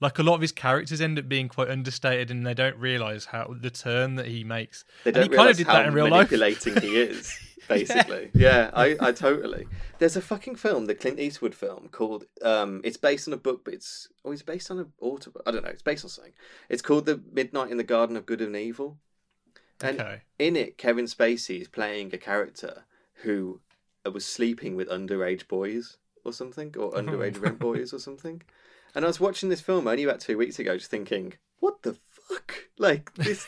C: Like a lot of his characters end up being quite understated, and they don't realize how the turn that he makes.
B: They
C: and he
B: don't
C: kind
B: realize
C: of did
B: how
C: that in real life.
B: manipulating he is, basically. yeah, I, I totally. There's a fucking film, the Clint Eastwood film, called. Um, it's based on a book, but it's oh, it's based on an autobook. I don't know. It's based on something. It's called The Midnight in the Garden of Good and Evil, and
C: Okay.
B: in it, Kevin Spacey is playing a character who was sleeping with underage boys or something, or underage rent boys or something. And I was watching this film only about two weeks ago, just thinking, what the fuck? Like this,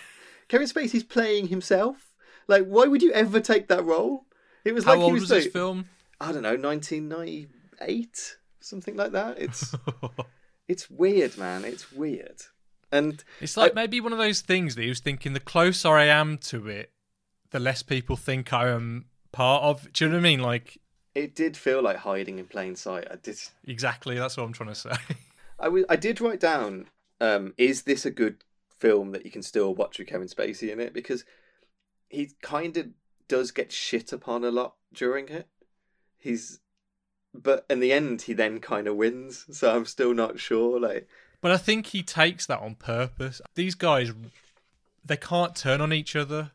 B: Kevin Spacey's playing himself. Like, why would you ever take that role? It was
C: How
B: like he
C: old
B: was,
C: was this
B: like,
C: film?
B: I don't know, 1990, eight, something like that. It's it's weird, man. It's weird. And
C: It's like
B: I-
C: maybe one of those things that he was thinking the closer I am to it, the less people think I am part of. Do you know what I mean? Like,
B: it did feel like hiding in plain sight. I did.
C: exactly. That's what I'm trying to say.
B: I was. I did write down. Um, is this a good film that you can still watch with Kevin Spacey in it? Because he kind of does get shit upon a lot during it. He's, but in the end, he then kind of wins. So I'm still not sure. Like,
C: But I think he takes that on purpose. These guys, they can't turn on each other.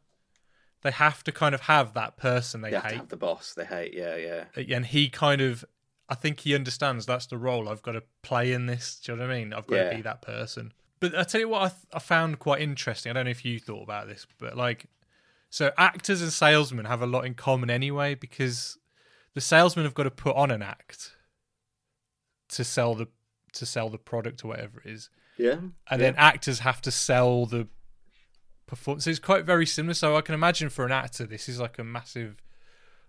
C: They have to kind of have that person they
B: they have to
C: hate.
B: have the boss. They hate. Yeah, yeah.
C: And he kind of, I think he understands that's the role I've got to play in this. Do you know what I mean? I've got
B: Yeah.
C: to be that person. But I tell you what, I, th- I found quite interesting. I don't know if you thought about this, but like, so actors and salesmen have a lot in common anyway because the salesmen have got to put on an act to sell the to sell the product or whatever it is
B: Yeah.
C: and
B: yeah.
C: then actors have to sell the performance. It's quite very similar. So I can imagine for an actor, this is like a massive,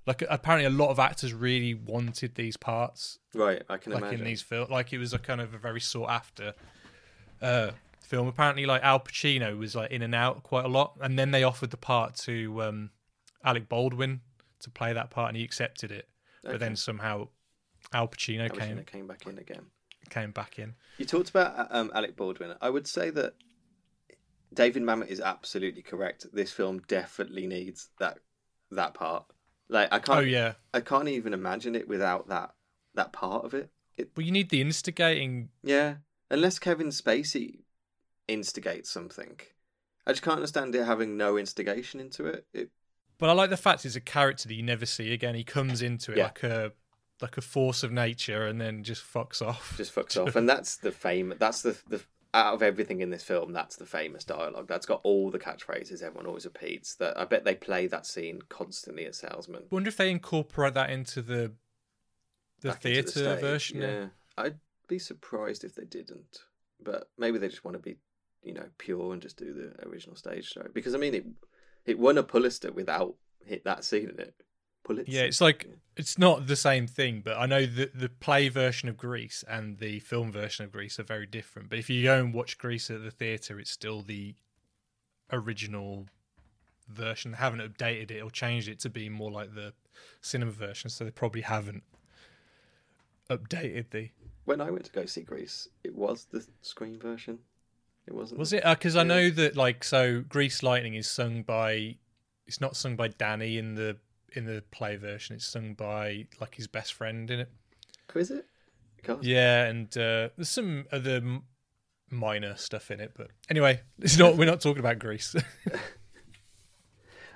C: like apparently a lot of actors really wanted these parts,
B: right, I can
C: like
B: imagine.
C: in these films. Like it was a kind of a very sought after uh, film. Apparently, like Al Pacino was like in and out quite a lot, and then they offered the part to um, Alec Baldwin to play that part, and he accepted it. But then somehow Al Pacino
B: I was
C: came
B: gonna came back in again.
C: came back in.
B: You talked about um, Alec Baldwin. I would say that David Mamet is absolutely correct. This film definitely needs that that part. Like I can't,
C: Oh yeah.
B: I can't even imagine it without that that part of it.
C: Well, you need the instigating
B: Yeah, unless Kevin Spacey instigates something, I just can't understand it having no instigation into it. It
C: But I like the fact it's a character that you never see again. He comes into it
B: Yeah.
C: like a like a force of nature and then just fucks off.
B: just fucks off, and that's the fame. That's the the out of everything in this film, that's the famous dialogue. That's got all the catchphrases everyone always repeats. That I bet they play that scene constantly at Salesman.
C: wonder if they incorporate that into the the
B: back into
C: theatre
B: stage,
C: version.
B: Yeah, I'd be surprised if they didn't, but maybe they just want to be, you know, pure and just do the original stage show. Because I mean, it it won a Pulitzer without hit that scene in it. Pulitzer.
C: Yeah, it's like it's not the same thing, but I know that the play version of Greece and the film version of Greece are very different. But if you go and watch Greece at the theatre, it's still the original version. They haven't updated it or changed it to be more like the cinema version, so they probably haven't updated the
B: when I went to go see Grease, it was the screen version. It wasn't.
C: Was
B: the-
C: it? Because I know that like so, "Grease Lightning" is sung by. It's not sung by Danny in the in the play version. It's sung by like his best friend in it.
B: Oh, is it? God.
C: Yeah, and uh, there's some other m- minor stuff in it, but anyway, it's not. We're not talking about Grease.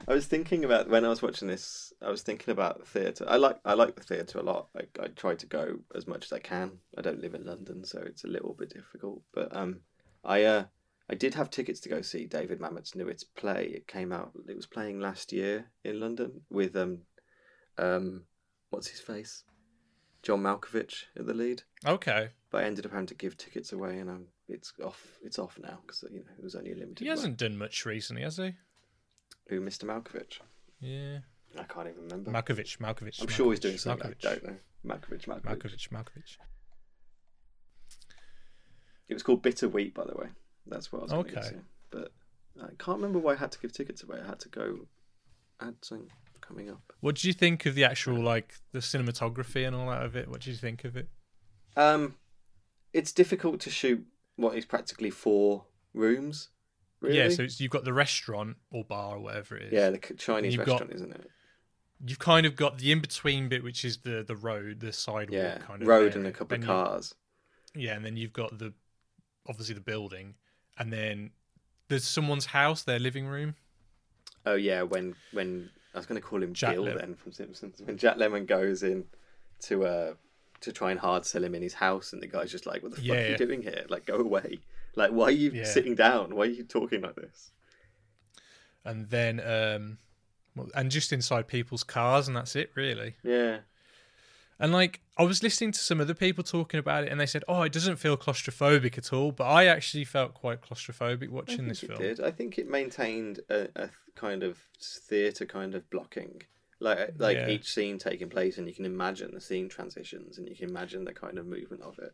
B: I was thinking about when I was watching this. I was thinking about theatre. I like I like the theatre a lot. I, I try to go as much as I can. I don't live in London, so it's a little bit difficult. But um, I uh, I did have tickets to go see David Mamet's newest play. It came out. It was playing last year in London with um, um, what's his face, John Malkovich at the lead.
C: okay,
B: But I ended up having to give tickets away, and um, it's off. It's off now because you know it was only a limited.
C: he hasn't done much recently, has he?
B: Who, Mr. Malkovich?
C: Yeah,
B: I can't even remember.
C: Malkovich, Malkovich.
B: I'm sure he's doing
C: Malkovich,
B: something. I
C: Malkovich,
B: don't know. Malkovich, Malkovich.
C: Malkovich, Malkovich.
B: It was called Bitter Wheat, by the way. That's what I was going to
C: Okay.
B: say. But I can't remember why I had to give tickets away. I had to go. I had something coming up.
C: What did you think of the actual like the cinematography and all that of it? What did you think of it?
B: Um, it's difficult to shoot what is practically four rooms. Really?
C: Yeah, so it's, you've got the restaurant or bar or whatever it is.
B: yeah, the c- Chinese
C: you've got-
B: restaurant, isn't it?
C: You've kind of got the in between bit, which is the the road, the sidewalk
B: Yeah,
C: kind of
B: road
C: area.
B: and a couple
C: Then
B: of
C: you-
B: cars.
C: yeah, and then you've got the obviously the building, and then there's someone's house, their living room.
B: Oh yeah, when when I was going to call him
C: Jack
B: Bill
C: Lem-
B: then from Simpsons. When Jack Lemon goes in to uh to try and hard sell him in his house, and the guy's just like, "What the fuck are
C: Yeah.
B: you doing here? Like, go away! Like, why are you
C: Yeah.
B: sitting down? Why are you talking like this?"
C: and then um well, and just inside people's cars and that's it really
B: Yeah,
C: and like i was listening to some other people talking about it and they said oh it doesn't feel claustrophobic at all but i actually felt quite claustrophobic
B: I
C: watching
B: think
C: this
B: it
C: film
B: did. I think it maintained a, a th- kind of theatre kind of blocking like uh, like
C: Yeah.
B: each scene taking place, and you can imagine the scene transitions, and you can imagine the kind of movement of it.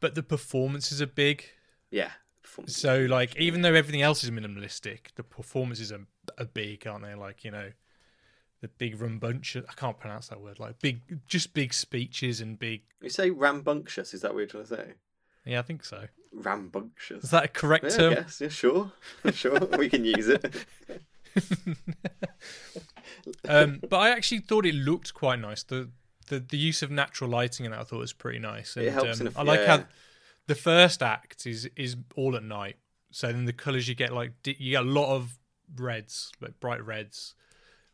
C: But the performances are big.
B: Yeah, performance.
C: So like even though everything else is minimalistic, the performances are, are big, aren't they? Like, you know, the big rumbuntious I can't pronounce that word. Like big just big speeches and big
B: you say rambunctious? Is that what you're trying to say?
C: Yeah, I think so. Is
B: Rambunctious.
C: that a correct
B: Yeah, I
C: term?
B: guess. Yeah, sure, sure. we can use it.
C: um, but I actually thought it looked quite nice. The the, the use of natural lighting in that I thought was pretty nice. um,
B: It helps in a-
C: I like
B: yeah.
C: how the first act is is all at night. So then the colours you get like di- you get a lot of reds, like bright reds,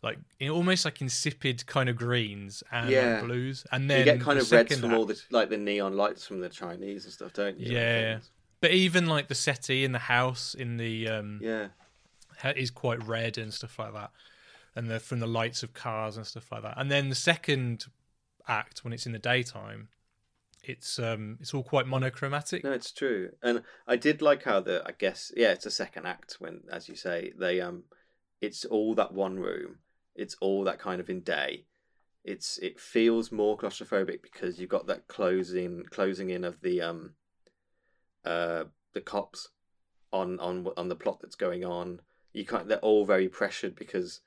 C: like in, almost like insipid kind of greens and like,
B: Yeah.
C: blues, and then
B: You get kind
C: the
B: of reds
C: second
B: from all the
C: act-
B: like the neon lights from the Chinese and stuff, don't you? and
C: Yeah.
B: things?
C: But even like the settee in the house in the um,
B: yeah.
C: ha- is quite red and stuff like that, and the from the lights of cars and stuff like that. And then the second act, when it's in the daytime, it's um it's all quite monochromatic.
B: No, it's true, and I did like how the I guess yeah, it's a second act when, as you say, they um, it's all that one room, it's all that kind of in day, it's it feels more claustrophobic because you've got that closing closing in of the um, uh, the cops, on on on the plot that's going on. You can't. They're all very pressured because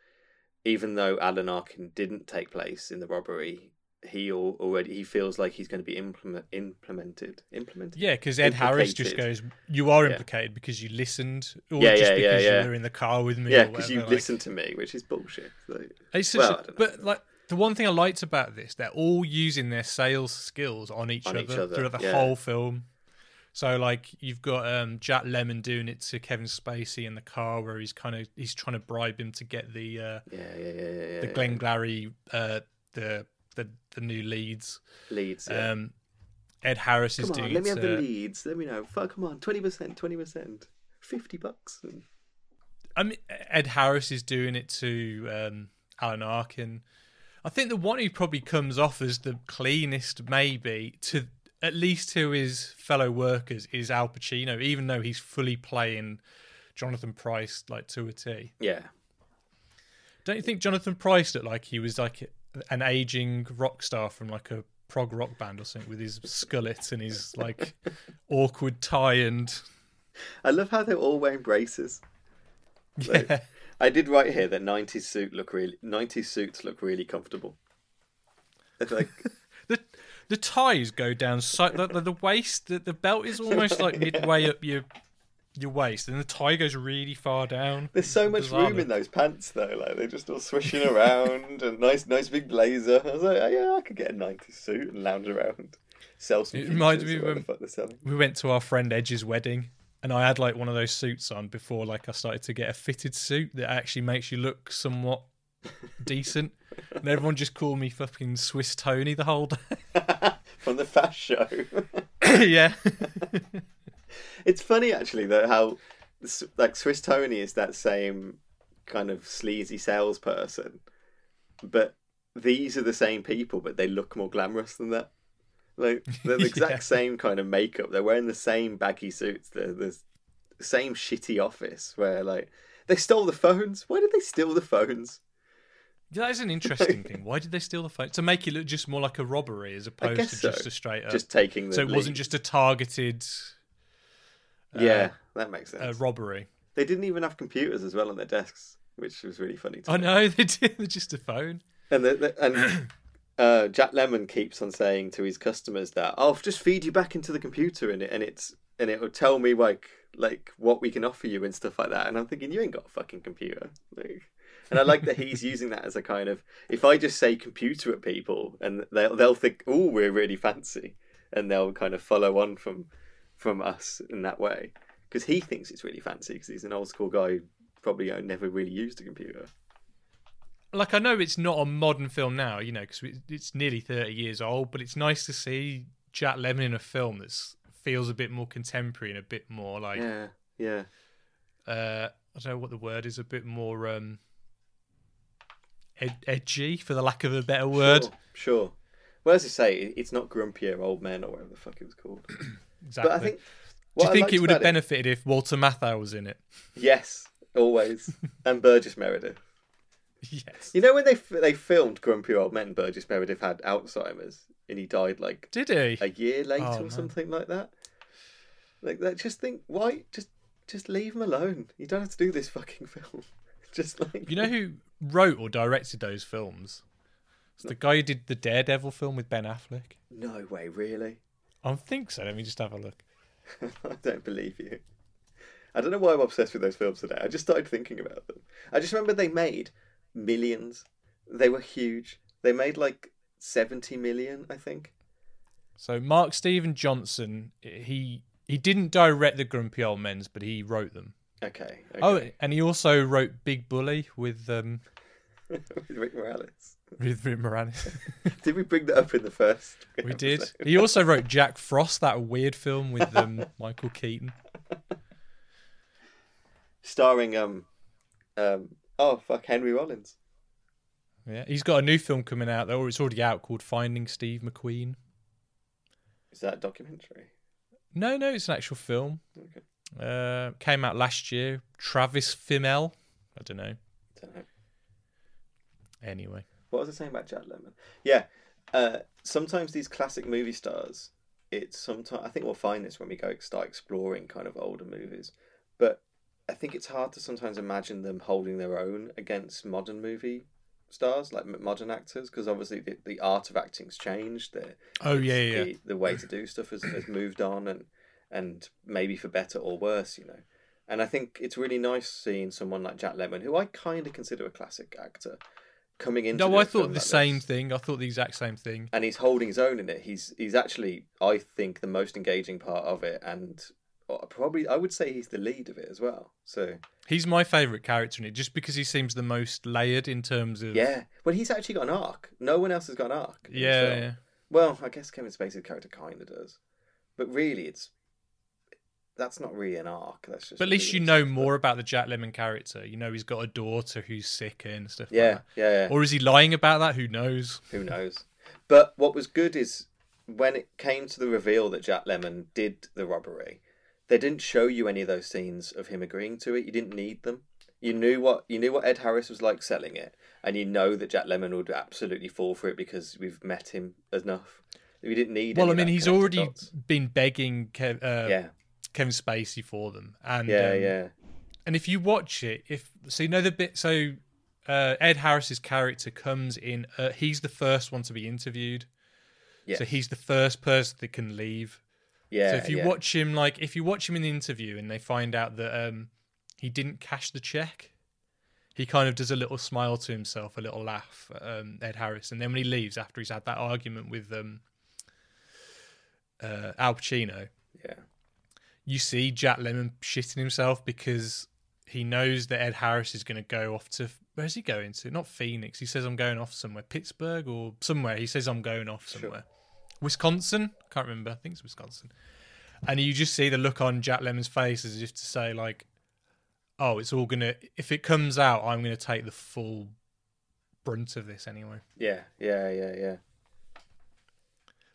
B: even though Alan Arkin didn't take place in the robbery. He al- already he feels like he's going to be implement, implemented implemented
C: Yeah, because Ed Harris just goes, "You are
B: Yeah.
C: implicated because you listened, or
B: Yeah,
C: just
B: yeah, yeah,
C: because
B: yeah.
C: you were in the car with me."
B: Yeah,
C: or
B: because you
C: whatever, like-
B: listen to me, which is bullshit. Like,
C: It's such
B: Well,
C: a-
B: I don't know.
C: but like the one thing I liked about this, they're all using their sales skills on each,
B: On
C: other,
B: each other,
C: throughout the
B: yeah.
C: whole film. So like you've got um, Jack Lemon doing it to Kevin Spacey in the car, where he's kind of he's trying to bribe him to get the uh,
B: yeah, yeah, yeah, yeah, yeah.
C: the Glengarry uh, the the the new leads.
B: leads. Yeah.
C: Um, Ed Harris is
B: come on,
C: doing
B: let me
C: it
B: have the
C: to-
B: leads. Let me know. Fuck, come on, twenty percent, twenty percent, fifty bucks. And
C: I mean, Ed Harris is doing it to um, Alan Arkin. I think the one who probably comes off as the cleanest, maybe to at least to his fellow workers, is Al Pacino, even though he's fully playing Jonathan Price like to a T.
B: yeah,
C: Don't you think Jonathan Price looked like he was like an aging rock star from like a prog rock band or something with his skullet and his like awkward tie and
B: I love how they're all wearing braces. Like,
C: yeah.
B: I did write here that '90s suit look really '90s suits look really comfortable. It's like
C: the the ties go down so the, the, the waist the, the belt is almost like midway up your your waist and the tie goes really far down
B: there's so much
C: Bizarre
B: room in
C: look.
B: those pants though. Like they're just all swishing around and nice, nice big blazer. I was like, oh, yeah, I could get a '90s suit and lounge around, sell some.
C: It reminds
B: peaches or
C: me
B: whatever
C: of,
B: the fuck they're selling.
C: we went to our friend edge's wedding and i had like one of those suits on before like i started to get a fitted suit that actually makes you look somewhat decent and everyone just called me fucking swiss tony the whole day
B: from the fast show.
C: yeah
B: it's funny actually though how s- like Swiss Tony is that same kind of sleazy salesperson, but these are the same people, but they look more glamorous than that. Like they're the exact
C: Yeah.
B: same kind of makeup. They're wearing the same baggy suits. They're the same shitty office where like they stole the phones. Why did they steal the phones?
C: that is an interesting thing why did they steal the phone to make it look just more like a robbery as opposed to
B: guess so.
C: just a straight up
B: Just taking the
C: so it wasn't uh,
B: lead.
C: just a targeted
B: yeah. That makes sense.
C: uh, robbery.
B: they didn't even have computers as well on their desks, which was really funny. To
C: Oh
B: me.
C: no, they did. They're just a phone.
B: And the, the, and uh, Jack Lemon keeps on saying to his customers that "Oh, I'll just feed you back into the computer and it and it's and it will tell me like like what we can offer you and stuff like that. And I'm thinking you ain't got a fucking computer. Like, and I like that he's using that as a kind of if I just say computer at people and they'll they'll think oh we're really fancy and they'll kind of follow on from from us in that way because he thinks it's really fancy because he's an old school guy who probably uh, never really used a computer.
C: Like I know it's not a modern film now, you know, because it's nearly thirty years old. But it's nice to see Jack Lemmon in a film that feels a bit more contemporary and a bit more like
B: Yeah, yeah.
C: uh, I don't know what the word is, a bit more um, ed- edgy, for the lack of a better word.
B: Sure, sure. Well, as I say, it- it's not grumpier old men or whatever the fuck it was called.
C: Exactly.
B: But I think.
C: Do you
B: what I
C: think
B: liked
C: it would have
B: about
C: benefited if Walter Matthau was in it?
B: Yes, always. and Burgess Meredith.
C: yes.
B: You know when they f- they filmed Grumpy Old Men, Burgess Meredith had Alzheimer's and he died like
C: Did he?
B: a year late
C: Oh,
B: or
C: man.
B: something like that. Like that, just think why just just leave him alone. You don't have to do this fucking film. just like
C: You know who wrote or directed those films? It's the guy who did the Daredevil film with Ben Affleck.
B: no way, really.
C: I don't think so. Let me just have a look.
B: I don't believe you. I don't know why I'm obsessed with those films today. I just started thinking about them. I just remember they made millions. They were huge. They made like 70 million, I think.
C: So Mark Steven Johnson, he he didn't direct the Grumpy Old Men's, but he wrote them.
B: Okay. okay.
C: Oh, and he also wrote Big Bully with um
B: With Rick Morales.
C: with Rick Moranis.
B: Did we bring that up in the first?
C: we
B: episode?
C: did. He also wrote Jack Frost, that weird film with um, Michael Keaton.
B: Starring um um oh fuck Henry Rollins.
C: Yeah, he's got a new film coming out though, or it's already out called Finding Steve McQueen.
B: Is that a documentary?
C: No, no, it's an actual film. Uh, came out last year. Travis Fimmel. I don't know.
B: don't know.
C: Anyway,
B: What was I saying about Jack Lemon? Yeah. Uh, sometimes these classic movie stars, it's sometimes I think we'll find this when we go start exploring kind of older movies, but I think it's hard to sometimes imagine them holding their own against modern movie stars like m- modern actors because obviously the, the art of acting's changed. The,
C: Oh, yeah, yeah, yeah.
B: The, the way to do stuff has, has moved on and and maybe for better or worse, you know. And I think it's really nice seeing someone like Jack Lemon, who I kind of consider a classic actor, coming in. to do
C: no,
B: a
C: I thought
B: film
C: the
B: like
C: same
B: this.
C: thing. I thought the exact same thing.
B: And he's holding his own in it. He's he's actually, I think, the most engaging part of it, and uh, probably I would say he's the lead of it as well. So
C: He's my favorite character in it, just because he seems the most layered in terms of
B: yeah, well, he's actually got an arc. No one else has got an arc. in this
C: yeah,
B: film.
C: yeah.
B: Well, I guess Kevin Spacey's character kind of does, but really, it's that's not really an arc. That's just.
C: But at least you
B: really-
C: know more about the Jack Lemon character. You know he's got a daughter who's sick and stuff. like
B: Yeah,
C: that.
B: yeah, yeah.
C: Or is he lying about that? Who knows?
B: Who knows? But what was good is when it came to the reveal that Jack Lemon did the robbery, they didn't show you any of those scenes of him agreeing to it. You didn't need them. You knew what you knew what Ed Harris was like selling it, and you know that Jack Lemon would absolutely fall for it because we've met him enough. We didn't need.
C: Well,
B: any
C: I
B: of
C: mean,
B: that
C: he's
B: connected
C: already
B: dots.
C: been begging Kev, uh,
B: Yeah,
C: Kevin Spacey for them, and
B: yeah,
C: um,
B: yeah.
C: And if you watch it, if so, you know the bit. So uh, Ed Harris's character comes in. Uh, he's the first one to be interviewed.
B: Yes.
C: So he's the first person that can leave.
B: Yeah.
C: so if you
B: yeah.
C: watch him, like if you watch him in the interview, and they find out that um, he didn't cash the check, he kind of does a little smile to himself, a little laugh, at, um, Ed Harris, and then when he leaves after he's had that argument with um, uh, Al Pacino,
B: yeah,
C: you see Jack Lemon shitting himself because he knows that Ed Harris is going to go off to where's he going to? Not Phoenix. He says I'm going off somewhere, Pittsburgh or somewhere. He says I'm going off somewhere, Wisconsin. I can't remember. I think it's Wisconsin. And you just see the look on Jack Lemon's face as if to say like, "Oh, it's all gonna. If it comes out, I'm gonna take the full brunt of this anyway."
B: yeah, yeah, yeah, yeah.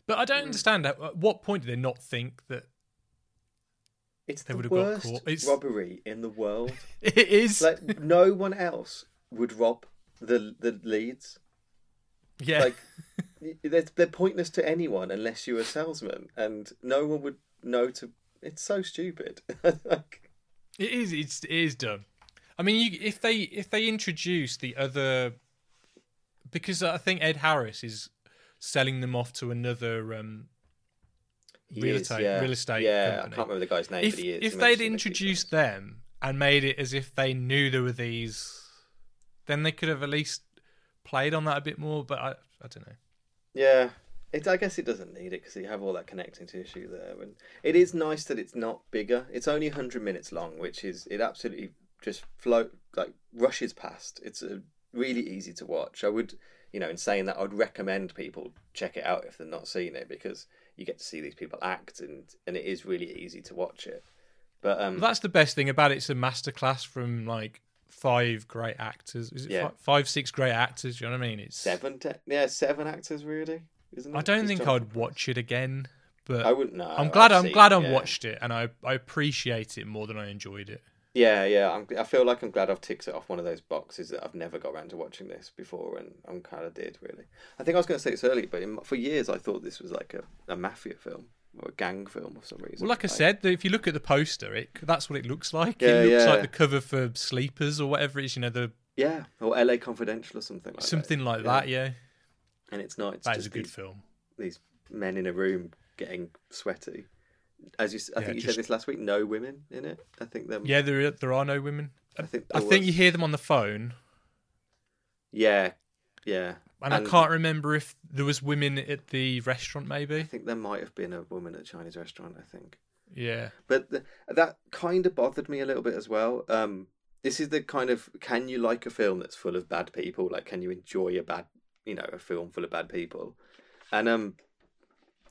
C: But I don't understand at at what point do they not think that
B: It's
C: They
B: the
C: would've got
B: worst
C: caught. It's-
B: robbery in the world.
C: it is?
B: like no one else would rob the the leads.
C: yeah,
B: like they're, they're pointless to anyone unless you're a salesman and no one would know to it's so stupid like,
C: It is. It's it is dumb. I mean, you, if they if they introduce the other, because I think Ed Harris is selling them off to another. Um,
B: he
C: Real
B: is,
C: estate- real estate
B: yeah
C: company.
B: i can't remember the guy's name
C: if
B: but he is
C: if
B: He
C: they'd
B: mentioned it a few times.
C: introduced them and made it as if they knew there were these, then they could have at least played on that a bit more. But I I don't know.
B: yeah it, i guess it doesn't need it because you have all that connecting tissue there and it is nice that it's not bigger it's only 100 minutes long which is it absolutely just float like rushes past it's a, really easy to watch i would you know in saying that i'd recommend people check it out if they've not seen it because you get to see these people act and and it is really easy to watch it but um
C: That's the best thing about it. It's a masterclass from like five great actors. Is it
B: Yeah.
C: fi- five six great actors? Do you know what I mean? It's
B: seven te- yeah seven actors really isn't it?
C: I don't
B: It's
C: think
B: John-
C: I'd watch it again. But
B: i wouldn't know
C: I'm glad.
B: I'd
C: I'm
B: see
C: glad I
B: yeah.
C: watched it, and I I appreciate it more than I enjoyed it.
B: Yeah, yeah. I'm, I feel like I'm glad I've ticked it off one of those boxes that I've never got around to watching this before, and I'm kind of did really. I think I was going to say this earlier, but in, for years I thought this was like a, a mafia film or a gang film for some reason.
C: Well, like I said, if you look at the poster, it that's what it looks like.
B: Yeah,
C: it looks
B: yeah.
C: like the cover for Sleepers or whatever it is. You know, the
B: yeah, or L.A. Confidential or something like
C: something
B: that.
C: like that. Yeah,
B: And it's not. It's
C: that
B: just
C: is a good
B: these,
C: film.
B: these men in a room getting sweaty. As you, s- I
C: Yeah,
B: think you
C: just-
B: said this last week. No women in it. I think them.
C: Yeah, there are, there are no women.
B: I think.
C: I
B: there
C: think
B: was-
C: you hear them on the phone,
B: Yeah, yeah.
C: and, I can't remember if there was women at the restaurant. Maybe.
B: I think there might have been a woman at a Chinese restaurant. I think.
C: Yeah.
B: but th- that kind of bothered me a little bit as well. Um, this is the kind of can you like a film that's full of bad people? Like, can you enjoy a bad, you know, a film full of bad people? And um,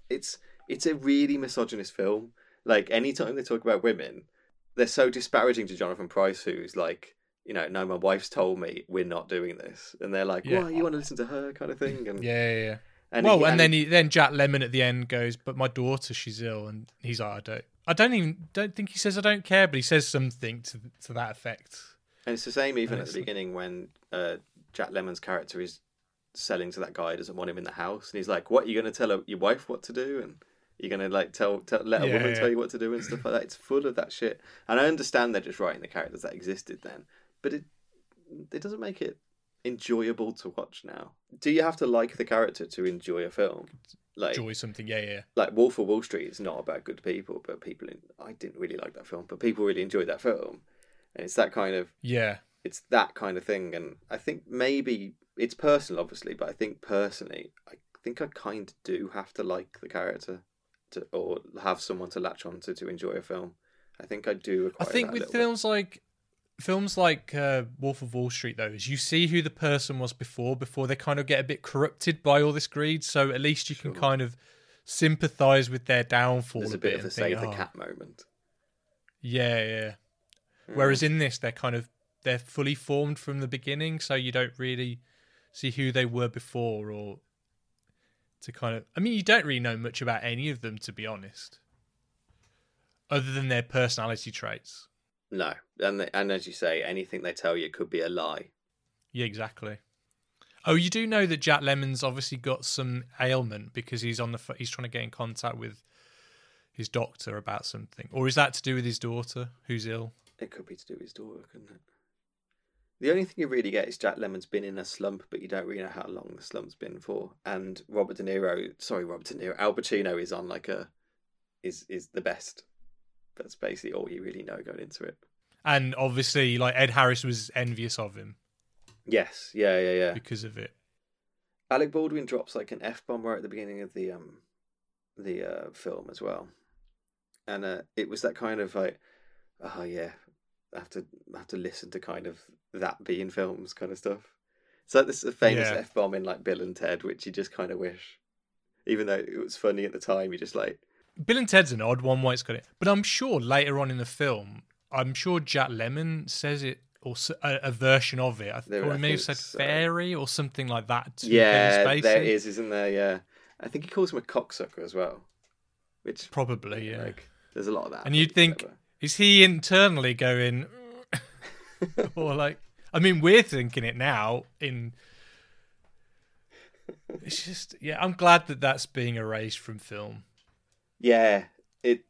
B: it's it's a really misogynist film. Like, anytime they talk about women, they're so disparaging to Jonathan Price, who's like, you know, no, my wife's told me we're not doing this, and they're like,
C: Yeah.
B: why you want to listen to her kind of thing? And
C: Yeah, yeah, yeah.
B: and
C: well,
B: he-
C: and then he, then Jack Lemon at the end goes, "But my daughter, she's ill," and he's like, "I don't, I don't even, don't think he says I don't care, but he says something to to that effect."
B: And it's the same even
C: And
B: at the
C: it's-
B: beginning when uh, Jack Lemon's character is selling to that guy who doesn't want him in the house, and he's like, "What are you going to tell her- your wife what to do?" And you're going to like tell, tell let a
C: Yeah,
B: woman
C: yeah.
B: tell you what to do and stuff like that. It's full of that shit. And I understand they're just writing the characters that existed then, but it it doesn't make it enjoyable to watch now. Do you have to like the character to enjoy a film? Like
C: Joy something, yeah, yeah.
B: like Wolf of Wall Street is not about good people, but people in, I didn't really like that film, but people really enjoyed that film. And it's that kind of
C: Yeah,
B: it's that kind of thing and i think maybe it's personal obviously but i think personally i think i kind of do have to like the character to or have someone to latch onto to enjoy a film i think i do
C: I
B: require
C: think
B: that
C: with
B: little bit.
C: films like films like uh, Wolf of Wall Street, though, is you see who the person was before, before they kind of get a bit corrupted by all this greed. So at least you can
B: Sure.
C: kind of sympathize with their downfall.
B: there's
C: a
B: a bit of the
C: and
B: save
C: think,
B: the
C: "Oh,
B: cat moment
C: Yeah, yeah. Whereas in this, they're kind of they're fully formed from the beginning, so you don't really see who they were before, or to kind of. I mean, you don't really know much about any of them, to be honest, other than their personality traits.
B: no and they, and as you say anything they tell you could be a lie
C: Yeah, exactly. Oh, you do know that Jack Lemon's obviously got some ailment because he's on the pho- he's trying to get in contact with his doctor about something, or is that to do with his daughter who's ill?
B: it could be to do with his daughter couldn't it the only thing you really get is Jack Lemon's been in a slump, but you don't really know how long the slump's been for. And Robert De Niro, sorry, Robert De Niro, Al Pacino is on like a is is the best. That's basically all you really know going into it.
C: And obviously, like Ed Harris was envious of him.
B: Yes, yeah, yeah, yeah.
C: because of it.
B: Alec Baldwin drops like an f bomb right at the beginning of the um the uh, film as well, and uh, it was that kind of like, oh yeah, I have to I have to listen to kind of that be in films kind of stuff. It's like this famous
C: Yeah.
B: f bomb in like Bill and Ted, which you just kind of wish, even though it was funny at the time, you just like
C: Bill and Ted's an odd one. White's got it, but I'm sure later on in the film, I'm sure Jack Lemon says it or s- a, a version of it. I, th-
B: There-
C: or
B: I
C: he may have
B: think
C: said
B: so.
C: fairy or something like that. To
B: yeah,
C: Kevin Spacey.
B: there is, isn't there? Yeah, I think he calls him a cocksucker as well, which
C: probably. Yeah,
B: like there's a lot of that.
C: and you'd
B: but
C: think
B: whatever.
C: is he internally going, or like? I mean, we're thinking it now. In it's just yeah, I'm glad that that's being erased from film.
B: Yeah, it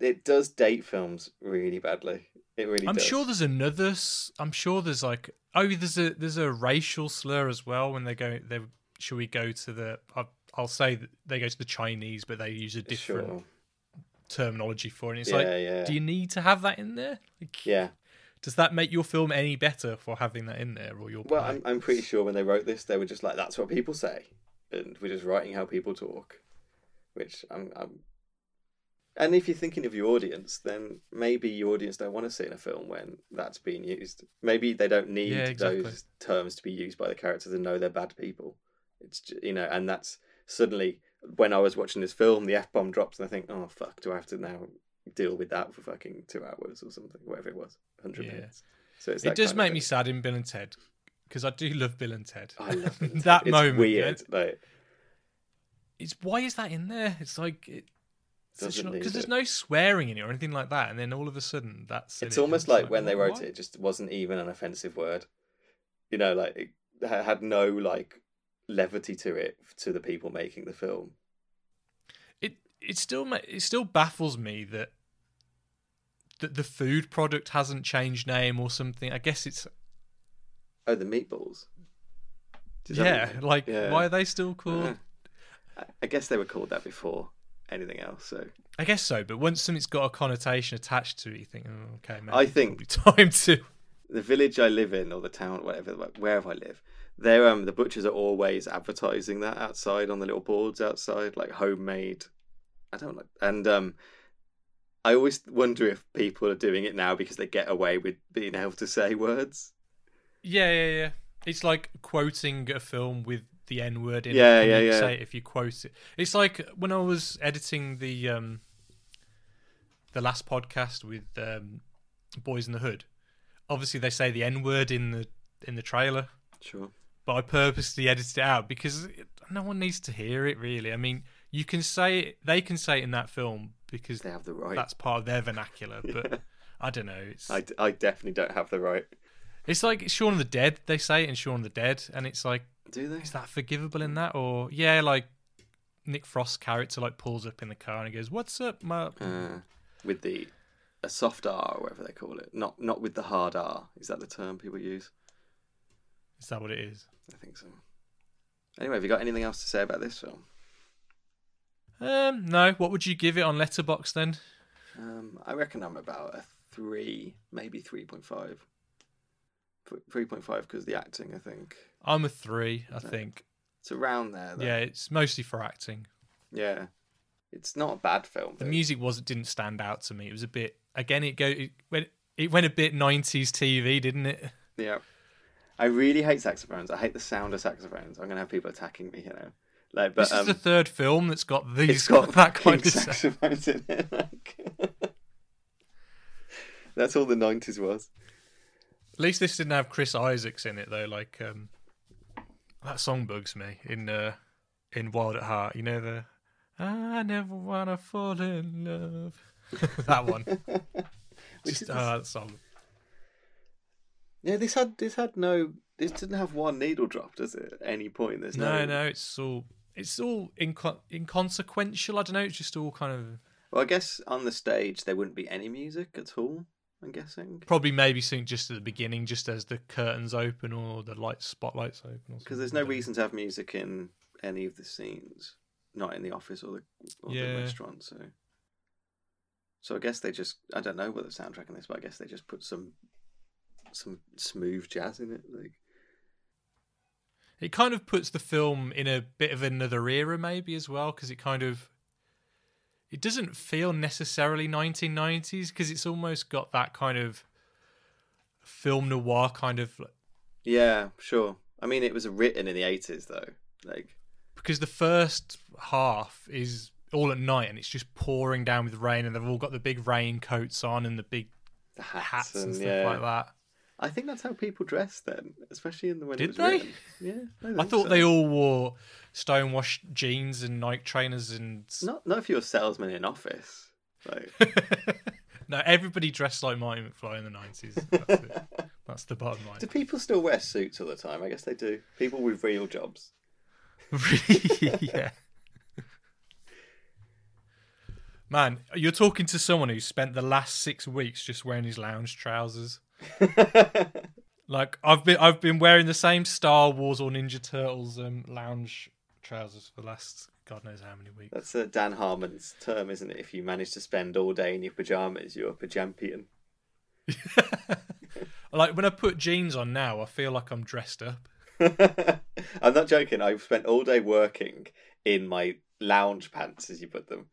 B: it does date films really badly. It really.
C: I'm
B: does.
C: sure there's another. s- I'm sure there's like oh, there's a there's a racial slur as well when they go. They should we go to the? I'll, I'll say that they go to the Chinese, but they use a different
B: Sure.
C: terminology for it. And it's
B: Yeah,
C: like,
B: yeah.
C: do you need to have that in there? Like,
B: Yeah.
C: Does that make your film any better for having that in there or your?
B: Well,
C: play?
B: I'm I'm pretty sure when they wrote this, they were just like, "That's what people say," and we're just writing how people talk, which I'm I'm. And if you're thinking of your audience, then maybe your audience don't want to see in a film when that's being used. Maybe they don't need
C: Yeah, exactly.
B: those terms to be used by the characters and know they're bad people. It's ju- you know, and that's suddenly when I was watching this film, the f bomb drops, and I think, "Oh fuck, do I have to now deal with that for fucking two hours or something, whatever it was, hundred
C: Yeah.
B: minutes." So it's
C: it
B: that
C: does
B: kind of
C: make me
B: thing.
C: sad in Bill and Ted because I do love Bill and Ted.
B: I love it.
C: that
B: it's
C: moment. yeah,
B: weird. Like,
C: it's why is that in there? It's like it,
B: Doesn't need
C: because there's
B: it.
C: no swearing in it or anything like that, and then all of a sudden that's in
B: It's
C: it, and
B: almost like when they
C: what?
B: wrote it, it just wasn't even an offensive word. You know, like it ha- had no like levity to it to the people making the film.
C: It it still ma- it still baffles me that that the food product hasn't changed name or something. I guess it's
B: Oh, the meatballs. Does that
C: yeah,
B: mean-
C: like
B: yeah.
C: why are they still
B: I-
C: called?
B: I guess they were called that before anything else. So
C: I guess so, but once something's got a connotation attached to it, you think, oh, okay, man,
B: I think-
C: time to
B: the village I live in, or the town, whatever, like, wherever I live, they're um the butchers are always advertising that outside on the little boards outside, like homemade. I don't like, and um, I always wonder if people are doing it now because they get away with being able to say words.
C: yeah, yeah, yeah. It's like quoting a film with the N word in
B: Yeah,
C: it. and
B: yeah,
C: you
B: yeah.
C: Say it if you quote it. It's like when I was editing the um the last podcast with um Boys in the Hood. Obviously, they say the N word in the in the trailer,
B: Sure.
C: but I purposely edited it out because it, no one needs to hear it. Really, I mean, you can say it, they can say it in that film because
B: They have the right.
C: that's part of their vernacular. But I don't know. It's
B: I, I definitely don't have the right.
C: it's like Shaun of the Dead. They say it in Shaun of the Dead, and it's like,
B: Do they?
C: is that forgivable in that? Or yeah, like Nick Frost's character like pulls up in the car and he goes, "What's up, my?"
B: Uh, with the a soft R or whatever they call it, not not with the hard R. Is that the term people use?
C: Is that what it is?
B: I think so. Anyway, have you got anything else to say about this film?
C: Um, no. What would you give it on Letterbox then?
B: Um, I reckon I'm about a three, maybe three point five. Three point five because the acting. I think
C: I'm a three, I think.
B: it's around there. Though.
C: Yeah, it's mostly for acting.
B: yeah. It's not a bad film.
C: The
B: but-
C: music was didn't stand out to me. It was a bit again. It go it went it went a bit 90s TV, didn't it?
B: Yeah. I really hate saxophones. I hate the sound of saxophones. I'm gonna have people attacking me. You know, like but
C: this is
B: um,
C: the third film that's got these
B: it's got
C: that kind
B: fucking
C: of sound.
B: saxophones in it. like- That's all the nineties was.
C: At least this didn't have Chris Isaacs in it though. Like um, that song bugs me in uh, in Wild at Heart. You know the I never wanna fall in love. that one. Just uh, that song.
B: Yeah, this had this had no. This didn't have one needle drop, does it? At any point, there's
C: No, no, it's all it's all inco- inconsequential. I don't know. It's just all kind of
B: Well, I guess on the stage there wouldn't be any music at all. I'm guessing
C: probably maybe something just at the beginning, just as the curtains open or the light spotlights open. or
B: because there's
C: something.
B: no reason to have music in any of the scenes, not in the office or the, or
C: Yeah.
B: the restaurant. So, so I guess they just I don't know what the soundtrack in this, but I guess they just put some some smooth jazz in it. Like
C: It kind of puts the film in a bit of another era, maybe as well, because it kind of it doesn't feel necessarily 1990s because it's almost got that kind of film noir kind of
B: yeah, sure. I mean, it was written in the eighties though. Like
C: because the first half is all at night and it's just pouring down with rain and they've all got the big raincoats on and the big
B: the hats,
C: hats
B: and,
C: and stuff
B: yeah.
C: like that.
B: I think that's how people dressed then, especially in the when
C: Did
B: it was
C: they?
B: written. Yeah,
C: I
B: think
C: thought
B: so.
C: they all wore stonewashed jeans and Nike trainers and
B: Not not if you're a salesman in office. Like
C: no, everybody dressed like Marty McFly in the 90s. That's it. That's the bottom line.
B: Do people still wear suits all the time? I guess they do. People with real jobs.
C: yeah. Man, you're talking to someone who spent the last six weeks just wearing his lounge trousers. like I've been, I've been wearing the same Star Wars or Ninja Turtles um, lounge trousers for the last God knows how many weeks.
B: That's uh, Dan Harmon's term, isn't it? If you manage to spend all day in your pajamas, you're a pajampian.
C: Like when I put jeans on now, I feel like I'm dressed up.
B: I'm not joking. I've spent all day working in my lounge pants, as you put them.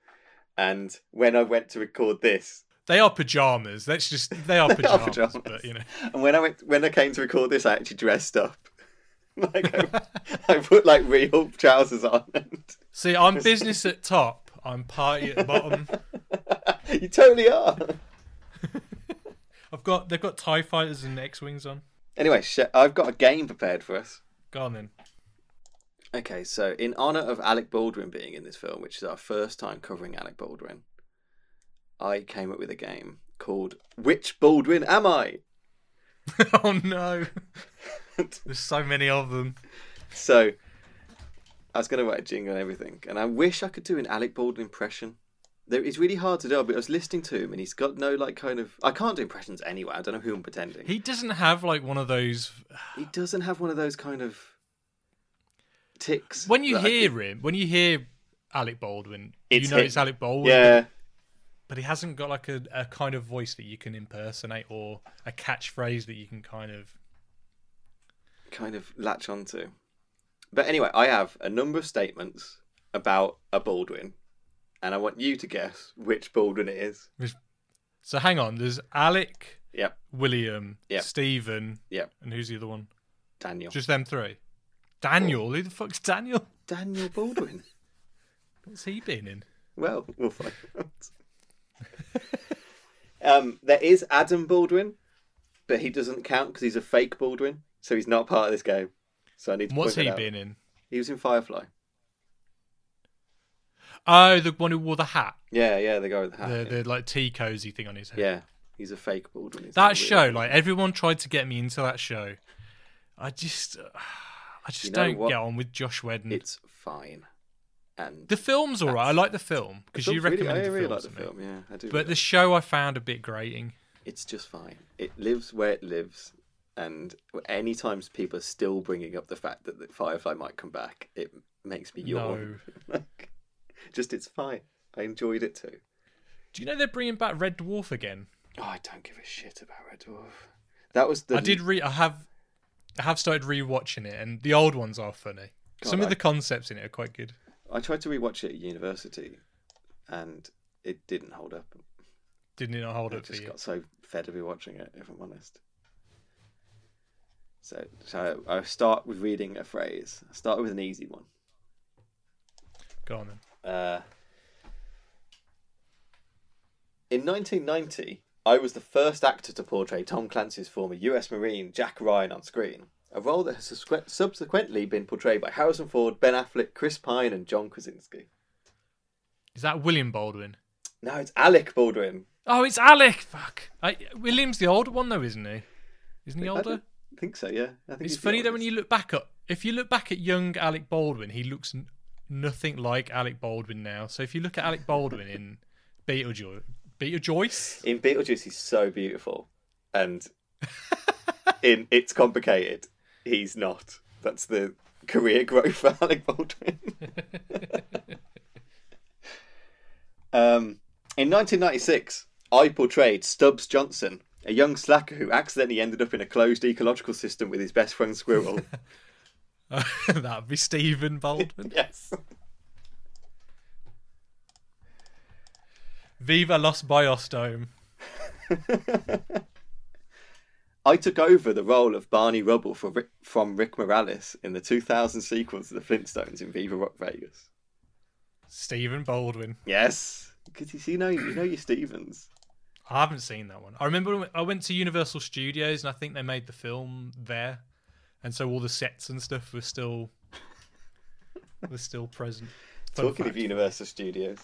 B: And when I went to record this,
C: They are pajamas. That's just they are
B: They are
C: pajamas.
B: pajamas.
C: But you know,
B: and when I went, when I came to record this, I actually dressed up. Like I, I put like real trousers on. And
C: see, I'm business at top. I'm party at bottom.
B: you totally are.
C: I've got they've got Tie Fighters and X Wings on.
B: Anyway, sh- I've got a game prepared for us.
C: Go on then.
B: Okay, so in honor of Alec Baldwin being in this film, which is our first time covering Alec Baldwin, I came up with a game called Which Baldwin Am I?
C: oh no. There's so many of them.
B: So I was going to write a jingle and everything, and I wish I could do an Alec Baldwin impression. There, it's really hard to do, but I was listening to him, and he's got no like kind of. I can't do impressions anyway. I don't know who I'm pretending. He,
C: He doesn't have like one of those
B: doesn't have one of those kind of ticks.
C: when you
B: that I
C: hear
B: could-
C: him, when you hear Alec Baldwin,
B: It's
C: you know
B: him.
C: it's Alec Baldwin.
B: yeah,
C: But he hasn't got like a, a kind of voice that you can impersonate or a catchphrase that you can kind of
B: kind of latch onto. But anyway, I have a number of statements about a Baldwin, and I want you to guess which Baldwin it is.
C: So hang on, there's Alec,
B: Yep,
C: William,
B: Yep.
C: Stephen,
B: yep,
C: and who's the other one?
B: Daniel.
C: Just them three. Daniel,
B: Oh.
C: who the fuck's Daniel?
B: Daniel Baldwin.
C: What's he been in?
B: Well, we'll find out. um, there is Adam Baldwin, but he doesn't count because he's a fake Baldwin, so he's not part of this game. So I need to
C: What's
B: point
C: he
B: that out.
C: been in?
B: He was in Firefly.
C: Oh, the one who wore the hat,
B: Yeah, yeah, the guy with the hat.
C: the
B: yeah.
C: the like tea cozy thing on his head.
B: Yeah, he's a fake Baldwin. It's not real.
C: That show, like everyone tried to get me into that show. I just, uh, I just
B: You know
C: don't
B: what?
C: get on with Josh Whedon.
B: it's fine. And
C: the film's alright. I like the film because you
B: Film's really-
C: recommended
B: I really
C: the film.
B: like
C: to
B: the
C: me.
B: film. Yeah, I do.
C: But the show I found a bit grating.
B: it's just fine. It lives where it lives, and any times people are still bringing up the fact that the Firefly might come back, it makes me yawn. Like, just it's fine. I enjoyed it too.
C: Do you know they're bringing back Red Dwarf again?
B: Oh, I don't give a shit about Red Dwarf. That was the
C: I did re I have I have started rewatching it and the old ones are funny.
B: God,
C: Some
B: I-
C: of the concepts in it are quite good.
B: I tried to rewatch it at university, and it didn't hold up.
C: Didn't it not hold
B: I
C: up for
B: just
C: you?
B: got so fed of rewatching it, if I'm honest. So, so I start with reading a phrase. I started with an easy one.
C: Go on then.
B: Uh, in 1990, I was the first actor to portray Tom Clancy's former US Marine Jack Ryan on screen, a role that has subsequ- subsequently been portrayed by Harrison Ford, Ben Affleck, Chris Pine, and John Krasinski.
C: Is that William Baldwin?
B: Now it's Alec Baldwin.
C: Oh, it's Alec. Fuck. I, William's the older one though, isn't he? Isn't he
B: I
C: older?
B: don't think so, yeah. I think
C: It's
B: he's the
C: funny though when
B: oldest.
C: you look back at if you look back at young Alec Baldwin, he looks n- nothing like Alec Baldwin now. So if you look at Alec Baldwin in Beetlejuice, Beetlejuice,
B: In Beetlejuice, he's so beautiful, and in It's Complicated, he's not. That's the career growth for Alec Baldwin. um, in 1996, I portrayed Stubbs Johnson, a young slacker who accidentally ended up in a closed ecological system with his best friend Squirrel.
C: that'd be Stephen Baldwin.
B: yes.
C: Viva Los Biostome.
B: I took over the role of Barney Rubble for Rick, from Rick Morales in the 2000 sequel to The Flintstones in Viva Rock Vegas.
C: Stephen Baldwin.
B: Yes, because you see, you know, you know your Stevens.
C: I haven't seen that one. I remember when I went to Universal Studios and I think they made the film there, and so all the sets and stuff were still were still present. Fun
B: Talking of
C: fact.
B: Universal Studios,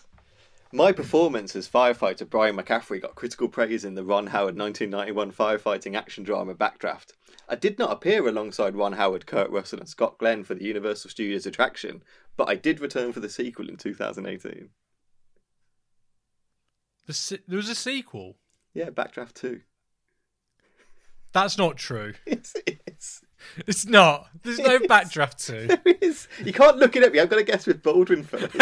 B: my performance as firefighter Brian McCaffrey got critical praise in the Ron Howard 1991 firefighting action drama Backdraft. I did not appear alongside Ron Howard, Kurt Russell, and Scott Glenn for the Universal Studios attraction, but I did return for the sequel in 2018.
C: the se- there was a sequel.
B: Yeah, Backdraft 2.
C: That's not true.
B: It's, it's,
C: It's not. There's no
B: Yes.
C: backdraft two.
B: there is. You can't look it up. I've got to guess with Baldwin first.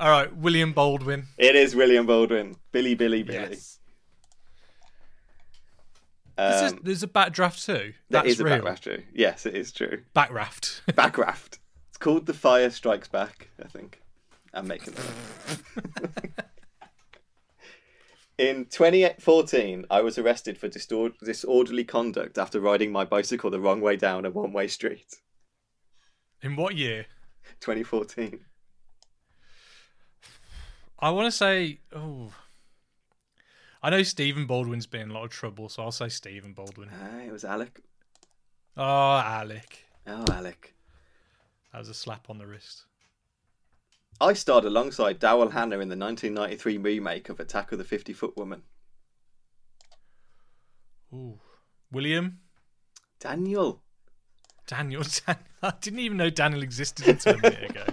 C: All right, William Baldwin.
B: it is William Baldwin. Billy, Billy, Billy.
C: Yes. This is,
B: Um,
C: there's a backdraft two.
B: That
C: That's
B: is a
C: real.
B: backraft true. Yes, it is true.
C: Backraft.
B: Backraft. It's called The Fire Strikes Back, I think. I'm making that up. In 2014, I was arrested for distor- disorderly conduct after riding my bicycle the wrong way down a one way street.
C: In what year?
B: 2014.
C: I want to say. Oh, I know Stephen Baldwin's been in a lot of trouble, so I'll say Stephen Baldwin.
B: Ah, it was Alec.
C: Oh, Alec.
B: Oh, Alec.
C: That was a slap on the wrist.
B: I starred alongside Dowell Hannah in the 1993 remake of Attack of the 50 Foot Woman.
C: Ooh. William?
B: Daniel.
C: Daniel. Dan- I didn't even know Daniel existed until a minute ago.